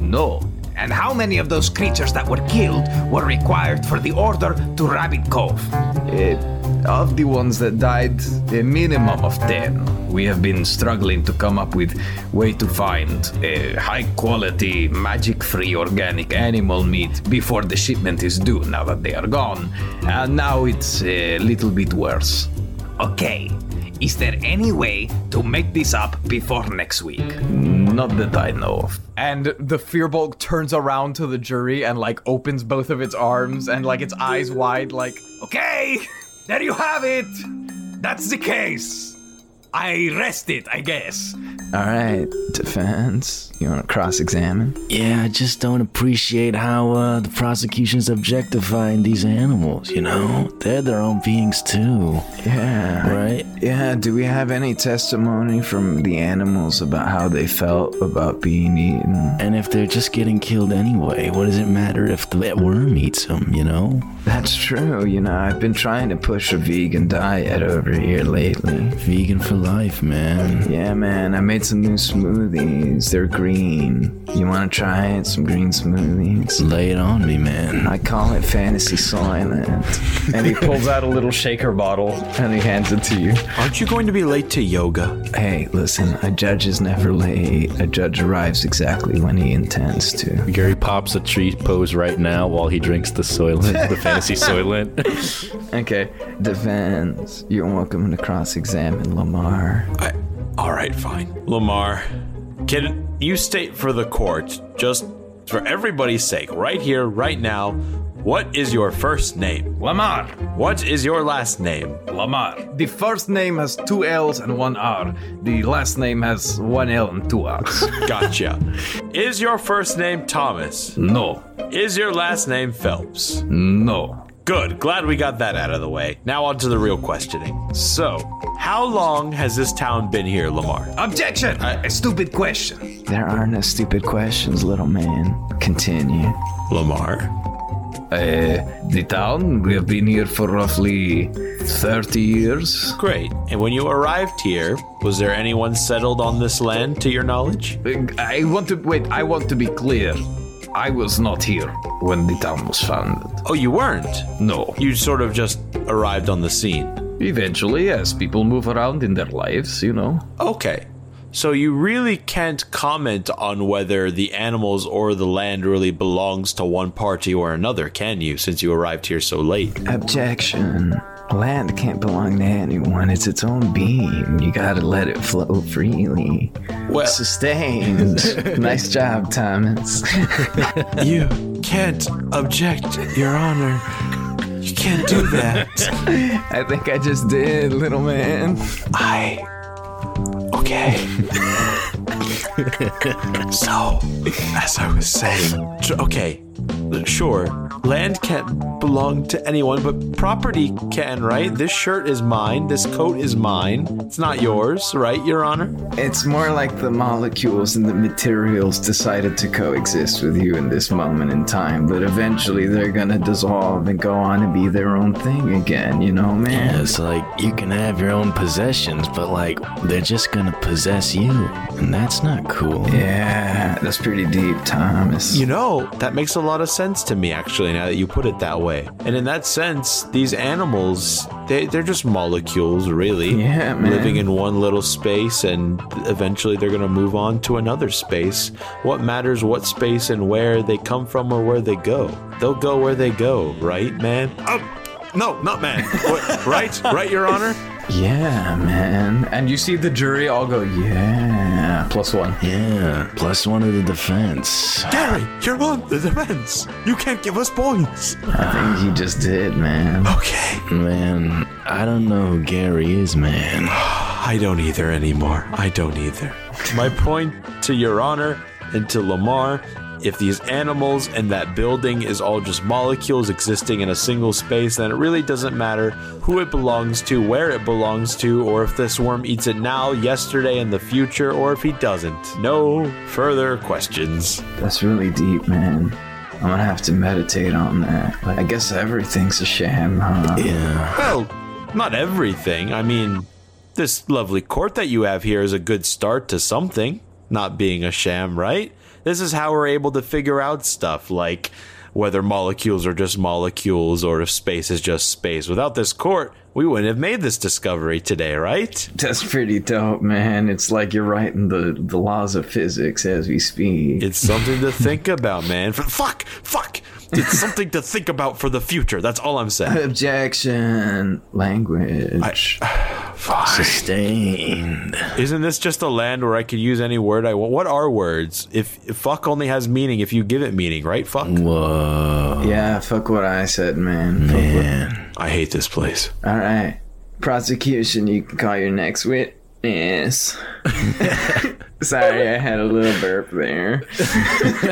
[SPEAKER 12] No.
[SPEAKER 9] And how many of those creatures that were killed were required for the order to Rabbit Cove?
[SPEAKER 12] Uh, of the ones that died, a minimum of 10. We have been struggling to come up with way to find a high quality, magic free organic animal meat before the shipment is due now that they are gone. And now it's a little bit worse.
[SPEAKER 9] Okay, is there any way to make this up before next week?
[SPEAKER 12] Not that I know of.
[SPEAKER 6] And the Fearbolt turns around to the jury and like opens both of its arms and like its eyes wide, like,
[SPEAKER 9] okay, there you have it. That's the case. I rest it, I guess.
[SPEAKER 12] All right, defense. You want to cross-examine?
[SPEAKER 17] Yeah, I just don't appreciate how uh, the prosecution's objectifying these animals. You know, they're their own beings too.
[SPEAKER 12] Yeah.
[SPEAKER 17] Right.
[SPEAKER 12] Yeah. Do we have any testimony from the animals about how they felt about being eaten?
[SPEAKER 17] And if they're just getting killed anyway, what does it matter if the worm eats them? You know.
[SPEAKER 12] That's true. You know, I've been trying to push a vegan diet over here lately.
[SPEAKER 17] Vegan for life, man.
[SPEAKER 12] Yeah, man. I made some new smoothies. They're green. You want to try it? Some green smoothies.
[SPEAKER 17] Lay it on me, man.
[SPEAKER 12] I call it fantasy silent.
[SPEAKER 6] and he pulls out a little shaker bottle and he hands it to you.
[SPEAKER 8] Aren't you going to be late to yoga?
[SPEAKER 12] Hey, listen. A judge is never late. A judge arrives exactly when he intends to.
[SPEAKER 11] Gary pops a tree pose right now while he drinks the soylent, the fantasy soylent.
[SPEAKER 12] okay, defense. You're welcome to cross-examine Lamar.
[SPEAKER 8] I- all right, fine. Lamar, can you state for the court, just for everybody's sake, right here, right now, what is your first name?
[SPEAKER 6] Lamar.
[SPEAKER 8] What is your last name?
[SPEAKER 6] Lamar.
[SPEAKER 12] The first name has two L's and one R. The last name has one L and two R's.
[SPEAKER 8] gotcha. Is your first name Thomas?
[SPEAKER 12] No.
[SPEAKER 8] Is your last name Phelps?
[SPEAKER 12] No.
[SPEAKER 8] Good. Glad we got that out of the way. Now on to the real questioning. So, how long has this town been here, Lamar?
[SPEAKER 9] Objection! I, a stupid question.
[SPEAKER 12] There are no stupid questions, little man. Continue.
[SPEAKER 8] Lamar?
[SPEAKER 12] Uh, the town, we have been here for roughly 30 years.
[SPEAKER 8] Great. And when you arrived here, was there anyone settled on this land to your knowledge?
[SPEAKER 12] I want to wait, I want to be clear. I was not here when the town was founded.
[SPEAKER 8] Oh, you weren't?
[SPEAKER 12] No.
[SPEAKER 8] You sort of just arrived on the scene.
[SPEAKER 12] Eventually, yes, people move around in their lives, you know.
[SPEAKER 8] Okay. So you really can't comment on whether the animals or the land really belongs to one party or another, can you, since you arrived here so late?
[SPEAKER 12] Objection. Land can't belong to anyone. It's its own being. You gotta let it flow freely.
[SPEAKER 8] Well-
[SPEAKER 12] Sustained. nice job, Thomas.
[SPEAKER 8] you can't object, Your Honor. You can't do that.
[SPEAKER 12] I think I just did, little man.
[SPEAKER 8] I. Okay. so, as I was saying, tr- okay, sure, land can't belong to anyone, but property can, right? This shirt is mine, this coat is mine. It's not yours, right, Your Honor?
[SPEAKER 12] It's more like the molecules and the materials decided to coexist with you in this moment in time, but eventually they're gonna dissolve and go on and be their own thing again, you know, man?
[SPEAKER 17] Yeah, it's like you can have your own possessions, but like they're just gonna possess you, and that's not cool.
[SPEAKER 12] Yeah, that's pretty deep, Thomas.
[SPEAKER 8] You know, that makes a lot of sense to me, actually, now that you put it that way. And in that sense, these animals, they, they're just molecules, really.
[SPEAKER 12] Yeah, man.
[SPEAKER 8] Living in one little space, and eventually they're going to move on to another space. What matters what space and where they come from or where they go? They'll go where they go, right, man? Oh, no, not man. What, right? Right, Your Honor?
[SPEAKER 12] Yeah, man. And you see the jury all go, yeah, plus one.
[SPEAKER 17] Yeah, plus one of the defense.
[SPEAKER 8] Gary, you're on the defense. You can't give us points.
[SPEAKER 12] I think he just did, man.
[SPEAKER 8] Okay.
[SPEAKER 17] Man, I don't know who Gary is, man.
[SPEAKER 8] I don't either anymore. I don't either. My point to Your Honor and to Lamar if these animals and that building is all just molecules existing in a single space, then it really doesn't matter who it belongs to, where it belongs to, or if this worm eats it now, yesterday, in the future, or if he doesn't. No further questions.
[SPEAKER 12] That's really deep, man. I'm gonna have to meditate on that. Like, I guess everything's a sham, huh?
[SPEAKER 17] Yeah.
[SPEAKER 8] Well, not everything. I mean, this lovely court that you have here is a good start to something, not being a sham, right? This is how we're able to figure out stuff like whether molecules are just molecules or if space is just space. Without this court, we wouldn't have made this discovery today, right?
[SPEAKER 12] That's pretty dope, man. It's like you're writing the, the laws of physics as we speak.
[SPEAKER 8] It's something to think about, man. F- fuck! Fuck! It's something to think about for the future. That's all I'm saying.
[SPEAKER 12] Objection. Language.
[SPEAKER 17] Sustained.
[SPEAKER 8] Isn't this just a land where I could use any word I want? What are words? If, if fuck only has meaning, if you give it meaning, right? Fuck.
[SPEAKER 17] Whoa.
[SPEAKER 12] yeah, fuck what I said, man. Fuck what-
[SPEAKER 17] Man.
[SPEAKER 8] I hate this place.
[SPEAKER 12] All right. Prosecution, you can call your next witness. Sorry, I had a little burp there.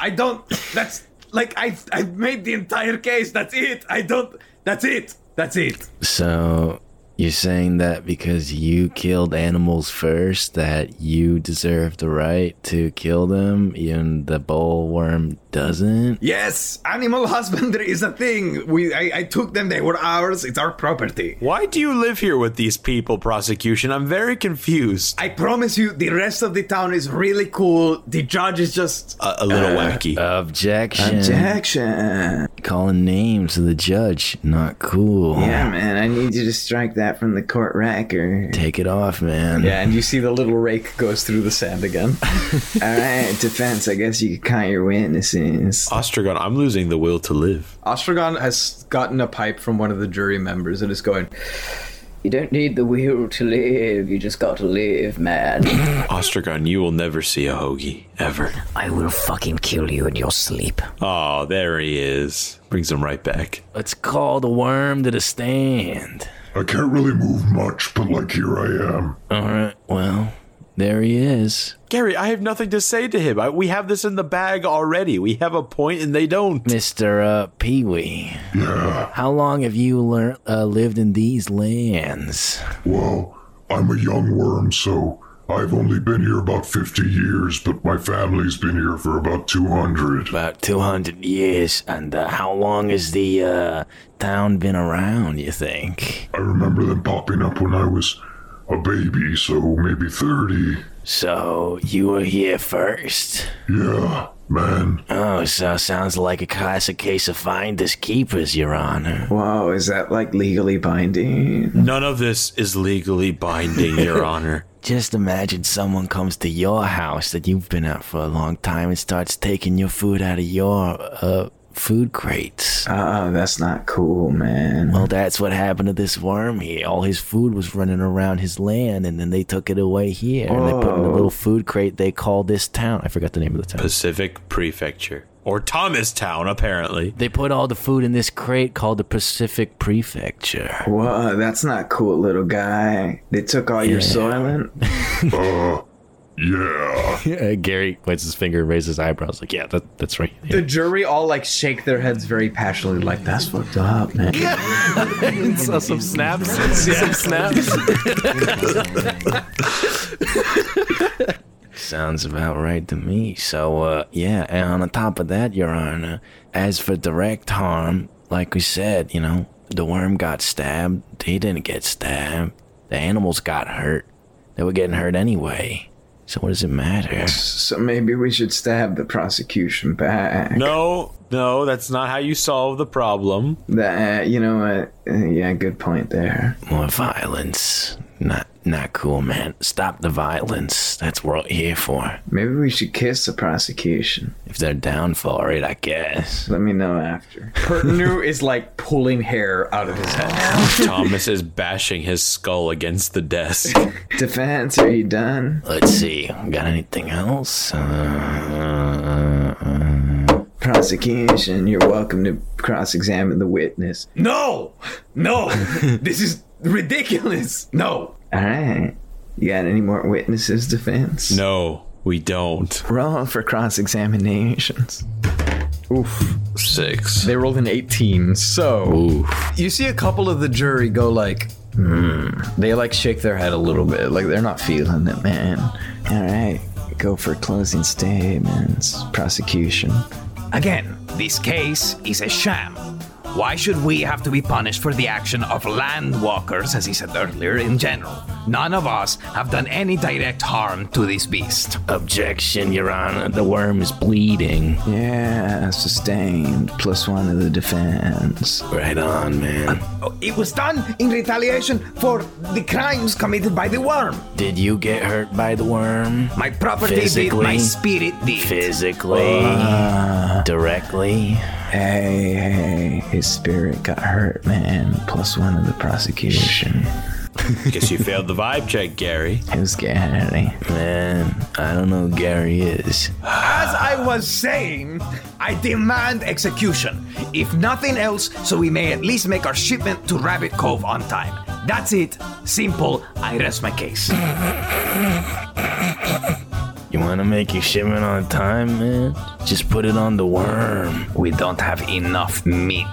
[SPEAKER 9] I don't. That's like I. I made the entire case. That's it. I don't. That's it. That's it.
[SPEAKER 17] So you're saying that because you killed animals first, that you deserve the right to kill them, even the bowl worm doesn't?
[SPEAKER 9] Yes, animal husbandry is a thing. We. I, I took them. They were ours. It's our property.
[SPEAKER 8] Why do you live here with these people, prosecution? I'm very confused.
[SPEAKER 9] I promise you, the rest of the town is really cool. The judge is just. Uh,
[SPEAKER 8] A, a little wacky.
[SPEAKER 13] Uh,
[SPEAKER 17] Objection.
[SPEAKER 12] Objection.
[SPEAKER 17] Calling names of the judge. Not cool.
[SPEAKER 12] Yeah, man, I need you to strike that from the court record.
[SPEAKER 17] Take it off, man.
[SPEAKER 12] Yeah, and you see the little rake goes through the sand again. All right, defense. I guess you can count your witnesses.
[SPEAKER 8] Ostrogon, I'm losing the will to live.
[SPEAKER 6] Ostrogon has gotten a pipe from one of the jury members and is going,
[SPEAKER 13] You don't need the will to live, you just gotta live, man.
[SPEAKER 8] Ostrogon, you will never see a hoagie. Ever.
[SPEAKER 13] I will fucking kill you in your sleep.
[SPEAKER 8] Oh, there he is. Brings him right back.
[SPEAKER 17] Let's call the worm to the stand.
[SPEAKER 10] I can't really move much, but like here I am.
[SPEAKER 17] All right. Well, there he is.
[SPEAKER 8] Gary, I have nothing to say to him. I, we have this in the bag already. We have a point and they don't.
[SPEAKER 17] Mr. Uh, Pee Wee.
[SPEAKER 10] Yeah.
[SPEAKER 17] How long have you lear- uh, lived in these lands?
[SPEAKER 10] Well, I'm a young worm, so I've only been here about 50 years, but my family's been here for about 200.
[SPEAKER 17] About 200 years. And uh, how long has the uh, town been around, you think?
[SPEAKER 10] I remember them popping up when I was a baby, so maybe 30.
[SPEAKER 17] So you were here first?
[SPEAKER 10] Yeah, man.
[SPEAKER 11] Oh, so sounds like a classic case of finders keepers, Your Honor.
[SPEAKER 12] Whoa, is that like legally binding?
[SPEAKER 8] None of this is legally binding, Your Honor.
[SPEAKER 11] Just imagine someone comes to your house that you've been at for a long time and starts taking your food out of your uh, food crates.
[SPEAKER 12] Oh, that's not cool, man.
[SPEAKER 11] Well, that's what happened to this worm here. All his food was running around his land, and then they took it away here. And they put it in a little food crate they call this town. I forgot the name of the town.
[SPEAKER 8] Pacific Prefecture. Or Thomastown, apparently.
[SPEAKER 11] They put all the food in this crate called the Pacific Prefecture.
[SPEAKER 12] Whoa, that's not cool, little guy. They took all your
[SPEAKER 11] Yeah.
[SPEAKER 12] soylent.
[SPEAKER 10] Uh, yeah.
[SPEAKER 18] Yeah, Gary points his finger and raises his eyebrows. Like, yeah, that, that's right.
[SPEAKER 6] The jury all like shake their heads very passionately, like that's fucked up, man.
[SPEAKER 18] Saw some snaps. Some snaps.
[SPEAKER 11] Sounds about right to me. So, uh, yeah, and on the top of that, Your Honor, as for direct harm, like we said, you know, the worm got stabbed. He didn't get stabbed. The animals got hurt. They were getting hurt anyway. So, what does it matter?
[SPEAKER 12] So maybe we should stab the prosecution back.
[SPEAKER 8] No, no, that's not how you solve the problem.
[SPEAKER 12] That you know what? Uh, yeah, good point there.
[SPEAKER 11] More violence. Not, not cool, man. Stop the violence. That's what we're here for.
[SPEAKER 12] Maybe we should kiss the prosecution.
[SPEAKER 11] If they're down for it, I guess.
[SPEAKER 12] Let me know after.
[SPEAKER 6] Pertinu is like pulling hair out of his head.
[SPEAKER 8] Thomas is bashing his skull against the desk.
[SPEAKER 12] Defense, are you done?
[SPEAKER 11] Let's see. Got anything else? Uh, uh, uh.
[SPEAKER 12] Prosecution, you're welcome to cross-examine the witness.
[SPEAKER 9] No! No! this is ridiculous! No!
[SPEAKER 12] All right. You got any more witnesses, defense?
[SPEAKER 8] No, we don't.
[SPEAKER 12] Roll for cross-examinations.
[SPEAKER 6] Oof.
[SPEAKER 8] Six.
[SPEAKER 6] They rolled an 18, so you see a couple of the jury go like, hmm. They like shake their head a little bit, like they're not feeling.
[SPEAKER 12] Feeling it, man. All right. Go for closing statements. Prosecution.
[SPEAKER 9] Again, this case is a sham. Why should we have to be punished for the action of landwalkers, as he said earlier, in general? None of us have done any direct harm to this beast.
[SPEAKER 11] Objection, Your Honor. The worm is bleeding.
[SPEAKER 12] Yeah, sustained. Plus one of the defense.
[SPEAKER 11] Right on, man.
[SPEAKER 9] Oh, It was done in retaliation for the crimes committed by the worm.
[SPEAKER 11] Did you get hurt by the worm?
[SPEAKER 9] My property did,
[SPEAKER 11] Physically?
[SPEAKER 9] my spirit did.
[SPEAKER 11] Physically? directly?
[SPEAKER 12] Hey, hey, his spirit got hurt, man. Plus one of the prosecution.
[SPEAKER 8] Guess you failed the vibe check, Gary.
[SPEAKER 12] Who's Gary?
[SPEAKER 11] Man, I don't know who Gary is.
[SPEAKER 9] As I was saying, I demand execution. If nothing else, so we may at least make our shipment to Rabbit Cove on time. That's it. Simple. I rest my case.
[SPEAKER 11] You want to make your shipment on time, man? Just put it on the worm.
[SPEAKER 9] We don't have enough meat.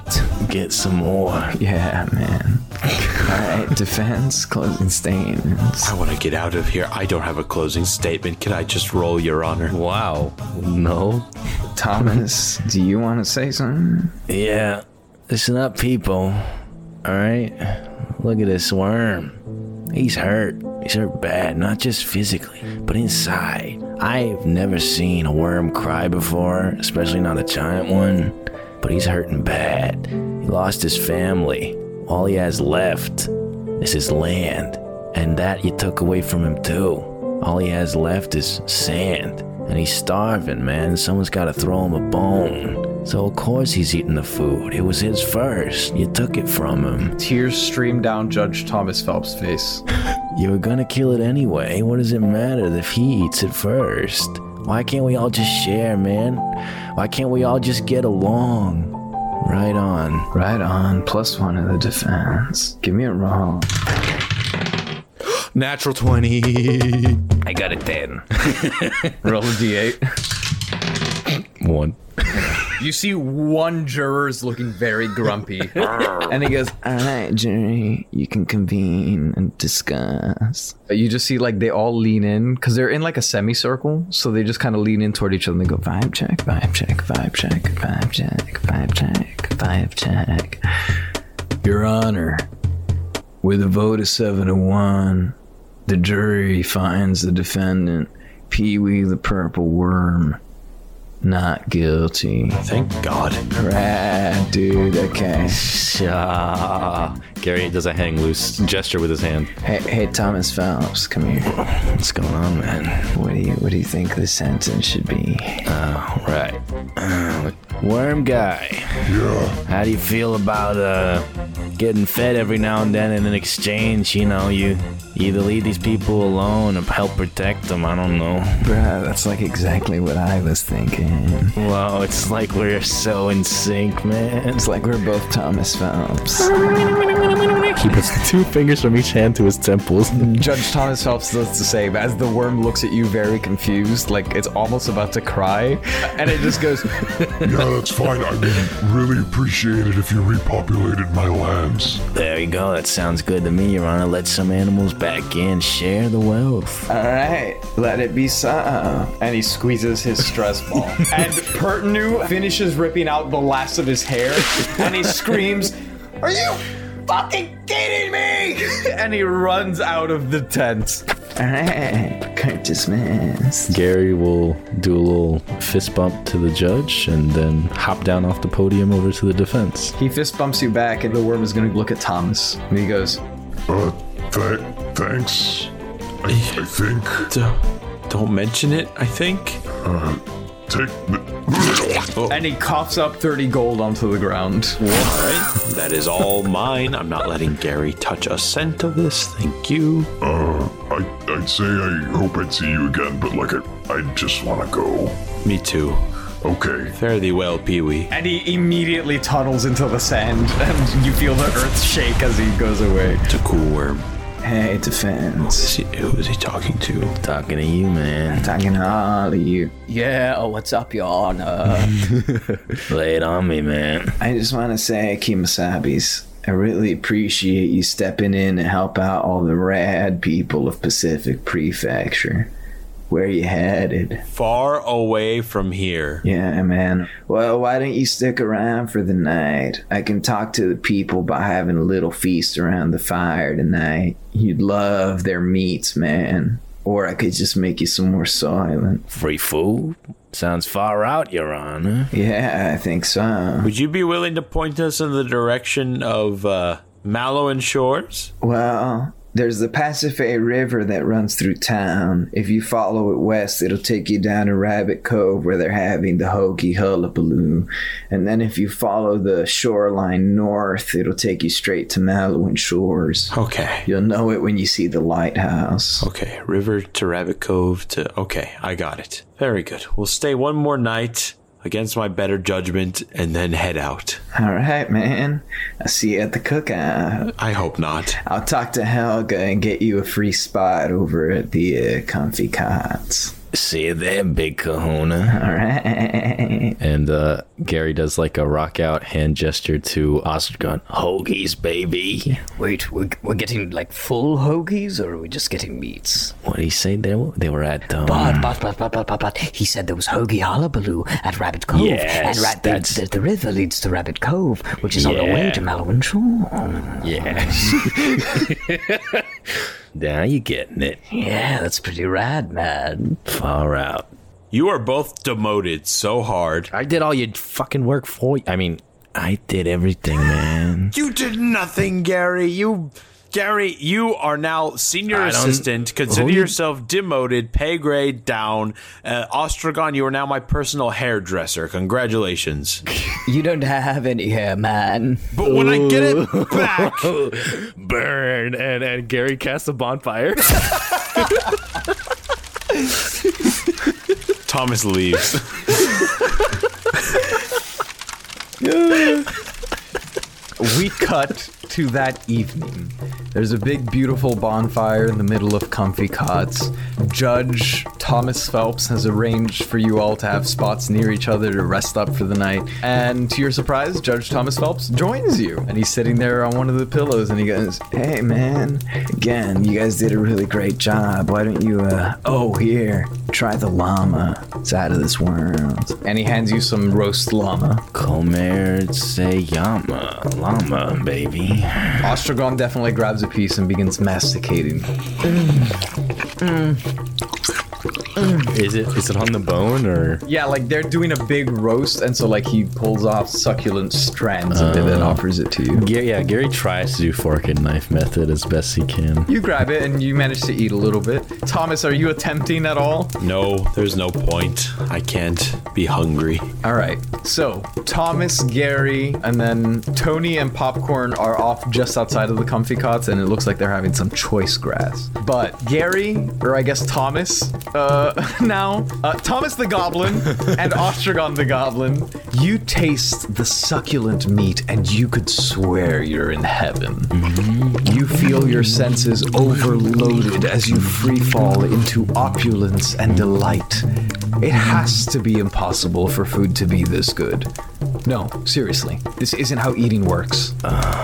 [SPEAKER 11] Get some more.
[SPEAKER 12] Yeah, man. All right, defense, closing statements.
[SPEAKER 8] I want to get out of here. I don't have a closing statement. Can I just roll, Your Honor?
[SPEAKER 18] Wow. No.
[SPEAKER 12] Thomas, do you want to say something?
[SPEAKER 11] Yeah, listen up, people. All right, look at this worm. He's hurt. He's hurt bad, not just physically, but inside. I've never seen a worm cry before, especially not a giant one. But he's hurting bad. He lost his family. All he has left is his land, and that you took away from him too. All he has left is sand, and he's starving, man. Someone's got to throw him a bone. So of course he's eating the food. It was his first. You took it from him.
[SPEAKER 6] Tears stream down Judge Thomas Phelps' face.
[SPEAKER 11] You were gonna kill it anyway. What does it matter if he eats it first? Why can't we all just share, man? Why can't we all just get along? Right on.
[SPEAKER 12] Right on, plus one of the defense. Give me a roll.
[SPEAKER 18] Natural 20.
[SPEAKER 9] I got a 10.
[SPEAKER 6] Roll a d8.
[SPEAKER 18] One.
[SPEAKER 6] You see one juror's looking very grumpy, and he goes,
[SPEAKER 12] All right, jury, you can convene and discuss.
[SPEAKER 6] You just see like they all lean in because they're in like a semicircle, so they just kind of lean in toward each other and they go vibe check, vibe check, vibe check, vibe check, vibe check, vibe check.
[SPEAKER 12] Your Honor, with a vote of seven to one, the jury finds the defendant, Pee Wee the Purple Worm, Not guilty.
[SPEAKER 11] Thank God.
[SPEAKER 12] Rad, dude. Okay.
[SPEAKER 11] Yeah. Gary does a hang loose gesture with his hand.
[SPEAKER 12] Hey, hey, Thomas Phelps, come here.
[SPEAKER 17] What's going on, man?
[SPEAKER 12] What do you What do you think the sentence should be?
[SPEAKER 17] Oh, right. Uh, worm guy.
[SPEAKER 10] Yeah.
[SPEAKER 17] How do you feel about uh, getting fed every now and then, and in exchange, you know, you either leave these people alone or help protect them? I don't know.
[SPEAKER 12] Bruh, uh, that's like exactly what I was thinking.
[SPEAKER 17] Whoa, it's like we're so in sync, man.
[SPEAKER 12] It's like we're both Thomas Phelps.
[SPEAKER 11] He puts two fingers from each hand to his temples.
[SPEAKER 6] Judge Thomas Phelps does the same as the worm looks at you very confused, like it's almost about to cry, and it just goes.
[SPEAKER 10] yeah, that's fine. I would really appreciate it if you repopulated my lands.
[SPEAKER 17] There you go. That sounds good to me, Your Honor. Let some animals back in. Share the wealth.
[SPEAKER 12] All right, let it be so.
[SPEAKER 6] And he squeezes his stress ball. and Pertinu finishes ripping out the last of his hair, and he screams, "Are you?" fucking kidding me? and he runs out of the tent.
[SPEAKER 12] All right, cart dismissed.
[SPEAKER 11] Gary will do a little fist bump to the judge and then hop down off the podium over to the defense.
[SPEAKER 6] He fist bumps you back, and the worm is going to look at Thomas. And he goes,
[SPEAKER 10] Uh, th- thanks. I, I think.
[SPEAKER 8] Don't, don't mention it, I think.
[SPEAKER 10] Uh, take the.
[SPEAKER 6] and he coughs up 30 gold onto the ground.
[SPEAKER 8] That is all mine. I'm not letting Gary touch a cent of this. Thank you.
[SPEAKER 10] Uh, I, I'd say I hope I'd see you again, but like, I, I just want to go.
[SPEAKER 8] Me too.
[SPEAKER 10] Okay.
[SPEAKER 8] Fare thee well, Pee Wee.
[SPEAKER 6] And he immediately tunnels into the sand, and you feel the earth shake as he goes away.
[SPEAKER 8] It's a cool worm.
[SPEAKER 12] Hey, defense.
[SPEAKER 8] Is he- Who is he talking to?
[SPEAKER 17] Talking to you, man.
[SPEAKER 12] Talking to all of you.
[SPEAKER 13] Yeah, oh, what's up, uh, Your Honor?
[SPEAKER 17] Lay it on me, man.
[SPEAKER 12] I just want to say, Kimasabis, I really appreciate you stepping in to help out all the rad people of Pacific Prefecture. Where you headed?
[SPEAKER 8] Far away from here.
[SPEAKER 12] Yeah, man. Well, why don't you stick around for the night? I can talk to the people by having a little feast around the fire tonight. You'd love their meats, man. Or I could just make you some more silent.
[SPEAKER 17] Free food? Sounds far out, Your Honor.
[SPEAKER 12] Yeah, I think so.
[SPEAKER 8] Would you be willing to point us in the direction of uh, Mallow and Shores?
[SPEAKER 12] Well, there's the Pasiphae River that runs through town. If you follow it west, it'll take you down to Rabbit Cove where they're having the Hoagie Hullabaloo. And then if you follow the shoreline north, it'll take you straight to Malouin Shores.
[SPEAKER 8] Okay.
[SPEAKER 12] You'll know it when you see the lighthouse.
[SPEAKER 8] Okay, river to Rabbit Cove to. Okay, I got it. Very good. We'll stay one more night against my better judgment and then head out.
[SPEAKER 12] All right, man. I'll see you at the cookout.
[SPEAKER 8] I hope not.
[SPEAKER 12] I'll talk to Helga and get you a free spot over at the uh, Comfy Cots.
[SPEAKER 17] See you there, big kahuna.
[SPEAKER 12] All right.
[SPEAKER 11] And uh, Gary does like a rock out hand gesture to Ostrich
[SPEAKER 17] Hoagies, baby.
[SPEAKER 13] Wait, we're, we're getting like full hoagies, or are we just getting meats?
[SPEAKER 17] What did he say they were, they were at? Um,
[SPEAKER 13] But, but, but, but, but, but, but, he said there was hoagie hullabaloo at Rabbit
[SPEAKER 8] Oh,
[SPEAKER 13] Cove.
[SPEAKER 17] Yes,
[SPEAKER 13] and Rabbit
[SPEAKER 17] that's-
[SPEAKER 13] the, the river leads to Rabbit Cove, which is on the way
[SPEAKER 17] Yeah.
[SPEAKER 13] to Malowin Shore.
[SPEAKER 17] Yes. now you getting it.
[SPEAKER 13] Yeah, that's pretty rad, man.
[SPEAKER 17] Far out.
[SPEAKER 8] You are both demoted so hard.
[SPEAKER 11] I did all your fucking work for you. I mean,
[SPEAKER 17] I did everything, man.
[SPEAKER 8] You did nothing, Gary. You. Gary, you are now senior
[SPEAKER 17] I don't-
[SPEAKER 8] assistant. Consider
[SPEAKER 17] Who you-
[SPEAKER 8] yourself demoted, pay grade down. Uh, Ostragon, you are now my personal hairdresser. Congratulations.
[SPEAKER 13] You don't have any hair, man.
[SPEAKER 8] But when I get it back,
[SPEAKER 11] burn. And, and Gary casts a bonfire.
[SPEAKER 8] Thomas leaves.
[SPEAKER 6] we cut to that evening. There's a big, beautiful bonfire in the middle of comfy cots. Judge Thomas Phelps has arranged for you all to have spots near each other to rest up for the night. And to your surprise, Judge Thomas Phelps joins you. And he's sitting there on one of the pillows and he goes,
[SPEAKER 12] Hey man, again, you guys did a really great job. Why don't you, uh, oh, here, try the llama. It's out of this world.
[SPEAKER 6] and he hands you some roast llama.
[SPEAKER 17] Komerseyama. Llama, baby.
[SPEAKER 6] Ostrogon definitely grabs a piece and begins masticating.
[SPEAKER 11] Is it is it on the bone or?
[SPEAKER 6] Yeah, like they're doing a big roast, and so like he pulls off succulent strands and
[SPEAKER 17] Oh.
[SPEAKER 6] then offers it to you.
[SPEAKER 11] Gary, Uh, yeah, Gary tries to do fork and knife method as best he can.
[SPEAKER 6] You grab it and you manage to eat a little bit. Thomas, are you attempting at all?
[SPEAKER 8] No, there's no point. I can't be hungry.
[SPEAKER 6] All right. So Thomas, Gary, and then Tony and Popcorn are off just outside of the comfy cots, and it looks like they're having some choice grass. But Gary, or I guess Thomas, uh, now uh, Thomas the Goblin and Ostrogon the Goblin, you taste the succulent meat, and you could swear you're in heaven. You feel your senses overloaded as you free fall into opulence and delight. It has to be impossible for food to be this good. No, seriously, this isn't how eating works.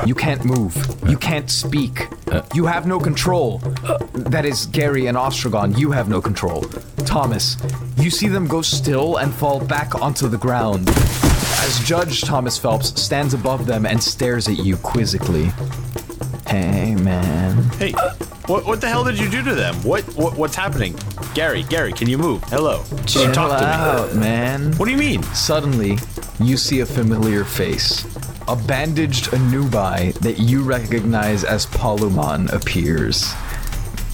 [SPEAKER 6] You can't move. You can't speak. You have no control. That is, Gary and Ostrogon, you have no control. Thomas, you see them go still and fall back onto the ground. As Judge Thomas Phelps stands above them and stares at you quizzically. Hey, man.
[SPEAKER 8] Hey, what what the hell did you do to them? What, what what's happening? Gary, Gary, can you move? Hello. Can
[SPEAKER 6] Chill
[SPEAKER 8] you talk to me?
[SPEAKER 6] out, man.
[SPEAKER 8] What do you mean?
[SPEAKER 6] Suddenly, you see a familiar face. A bandaged Anubai that you recognize as Palumon appears.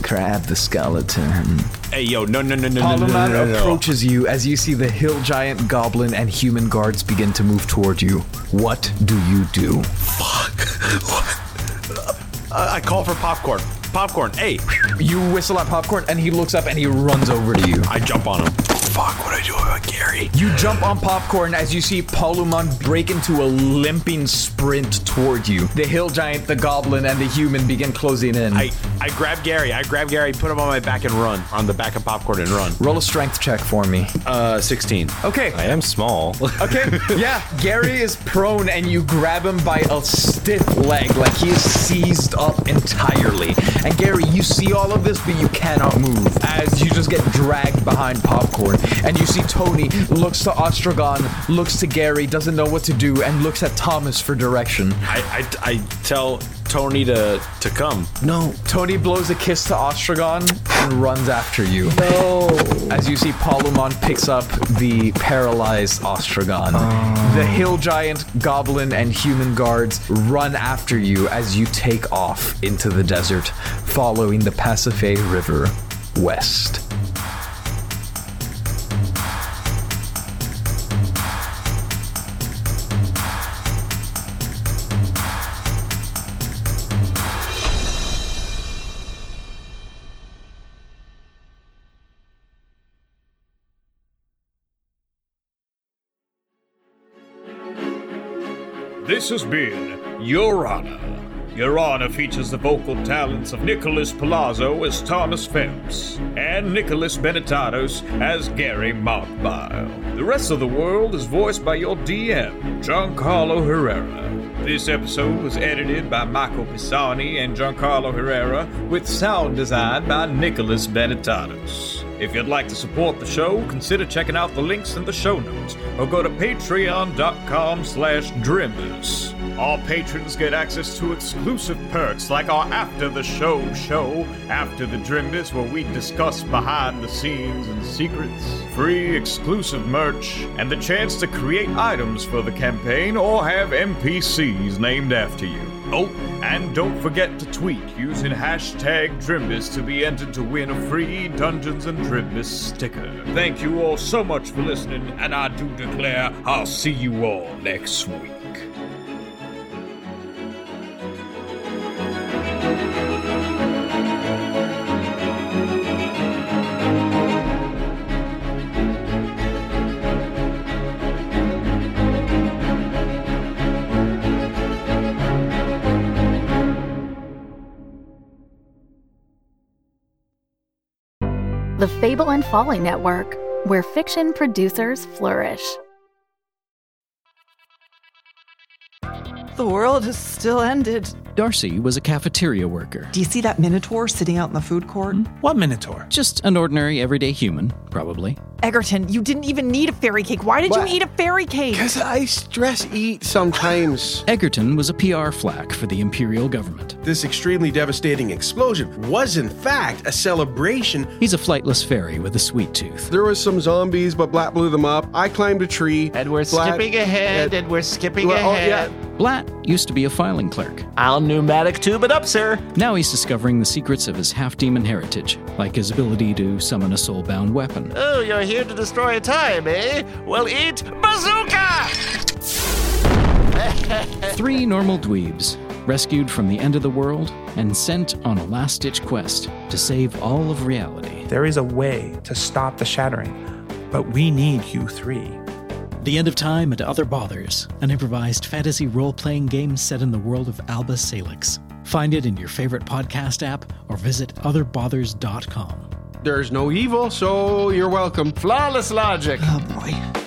[SPEAKER 6] Crab the skeleton.
[SPEAKER 8] Hey, yo, no, no, no, no, no, no, no,
[SPEAKER 6] Palumon
[SPEAKER 8] no, no.
[SPEAKER 6] approaches you as you see the hill giant, goblin, and human guards begin to move toward you. What do you do?
[SPEAKER 8] Uh, I call for popcorn. Popcorn. Hey,
[SPEAKER 6] You whistle at popcorn, and he looks up and he runs over to you.
[SPEAKER 8] I jump on him. Fuck, what do I do about Gary?
[SPEAKER 6] You jump on popcorn as you see Palumon break into a limping sprint toward you. The hill giant, the goblin, and the human begin closing in.
[SPEAKER 8] I I grab Gary. I grab Gary, put him on my back and run on the back of popcorn and run.
[SPEAKER 6] Roll a strength check for me.
[SPEAKER 8] Uh, sixteen.
[SPEAKER 6] Okay.
[SPEAKER 11] I am small.
[SPEAKER 6] Okay, yeah, Gary is prone and you grab him by a stiff leg, like he is seized up entirely. And Gary, you see all of this, but you cannot move as you just get dragged behind popcorn. And you see Tony looks to Ostrogon, looks to Gary, doesn't know what to do, and looks at Thomas for direction.
[SPEAKER 8] I I, I tell Tony to to come.
[SPEAKER 6] No. Tony blows a kiss to Ostrogon and runs after you. No. As you see, Palumon picks up the paralyzed Ostrogon. The hill giant, goblin, and human guards run after you as you take off into the desert, following the Pasiphae River west.
[SPEAKER 3] This has been Your Honor. Your Honor features the vocal talents of Nicholas Palazzo as Thomas Phelps and Nicholas Benetatos as Gary Mockbile. The rest of the world is voiced by your DM, Giancarlo Herrera. This episode was edited by Michael Pisani and Giancarlo Herrera, with sound design by Nicholas Benetatos. If you'd like to support the show, consider checking out the links in the show notes or go to patreon.com slash drimbus. All patrons get access to exclusive perks like our After the Show show, After the Drimbus, where we discuss behind the scenes and secrets, free exclusive merch, and the chance to create items for the campaign or have NPCs named after you. Oh, and don't forget to tweet using hashtag Drimbus to be entered to win a free Dungeons and Drimbus sticker. Thank you all so much for listening, and I do declare I'll see you all next week.
[SPEAKER 5] The Fable and Folly Network, where fiction producers flourish.
[SPEAKER 19] The world has still ended.
[SPEAKER 20] Darcy was a cafeteria worker.
[SPEAKER 19] Do you see that minotaur sitting out in the food court?
[SPEAKER 20] What Minotaur? Just an ordinary, everyday human, probably.
[SPEAKER 9] Egerton, you didn't even need a fairy cake. Why did
[SPEAKER 8] What?
[SPEAKER 9] you eat a fairy cake?
[SPEAKER 8] Because I stress eat sometimes.
[SPEAKER 20] Egerton was a PR flack for the Imperial government.
[SPEAKER 8] This extremely devastating explosion was, in fact, a celebration.
[SPEAKER 20] He's a flightless fairy with a sweet tooth.
[SPEAKER 8] There was some zombies, but Black blew them up. I climbed a tree.
[SPEAKER 15] And we're skipping ahead, and we're skipping
[SPEAKER 8] Well, oh, yeah.
[SPEAKER 15] ahead.
[SPEAKER 20] Blatt used to be a filing clerk.
[SPEAKER 15] I'll pneumatic tube it up, sir.
[SPEAKER 20] Now he's discovering the secrets of his half demon heritage, like his ability to summon a soulbound weapon.
[SPEAKER 15] Oh, you're here to destroy time, eh? Well, eat bazooka!
[SPEAKER 20] Three normal dweebs, rescued from the end of the world and sent on a last ditch quest to save all of reality.
[SPEAKER 21] There is a way to stop the shattering, but we need you three.
[SPEAKER 22] The End of Time and Other Bothers, an improvised fantasy role playing game set in the world of Alba Salix. Find it in your favorite podcast app or visit OtherBothers.com.
[SPEAKER 8] There's no evil, so you're welcome.
[SPEAKER 15] Flawless logic.
[SPEAKER 22] Oh boy.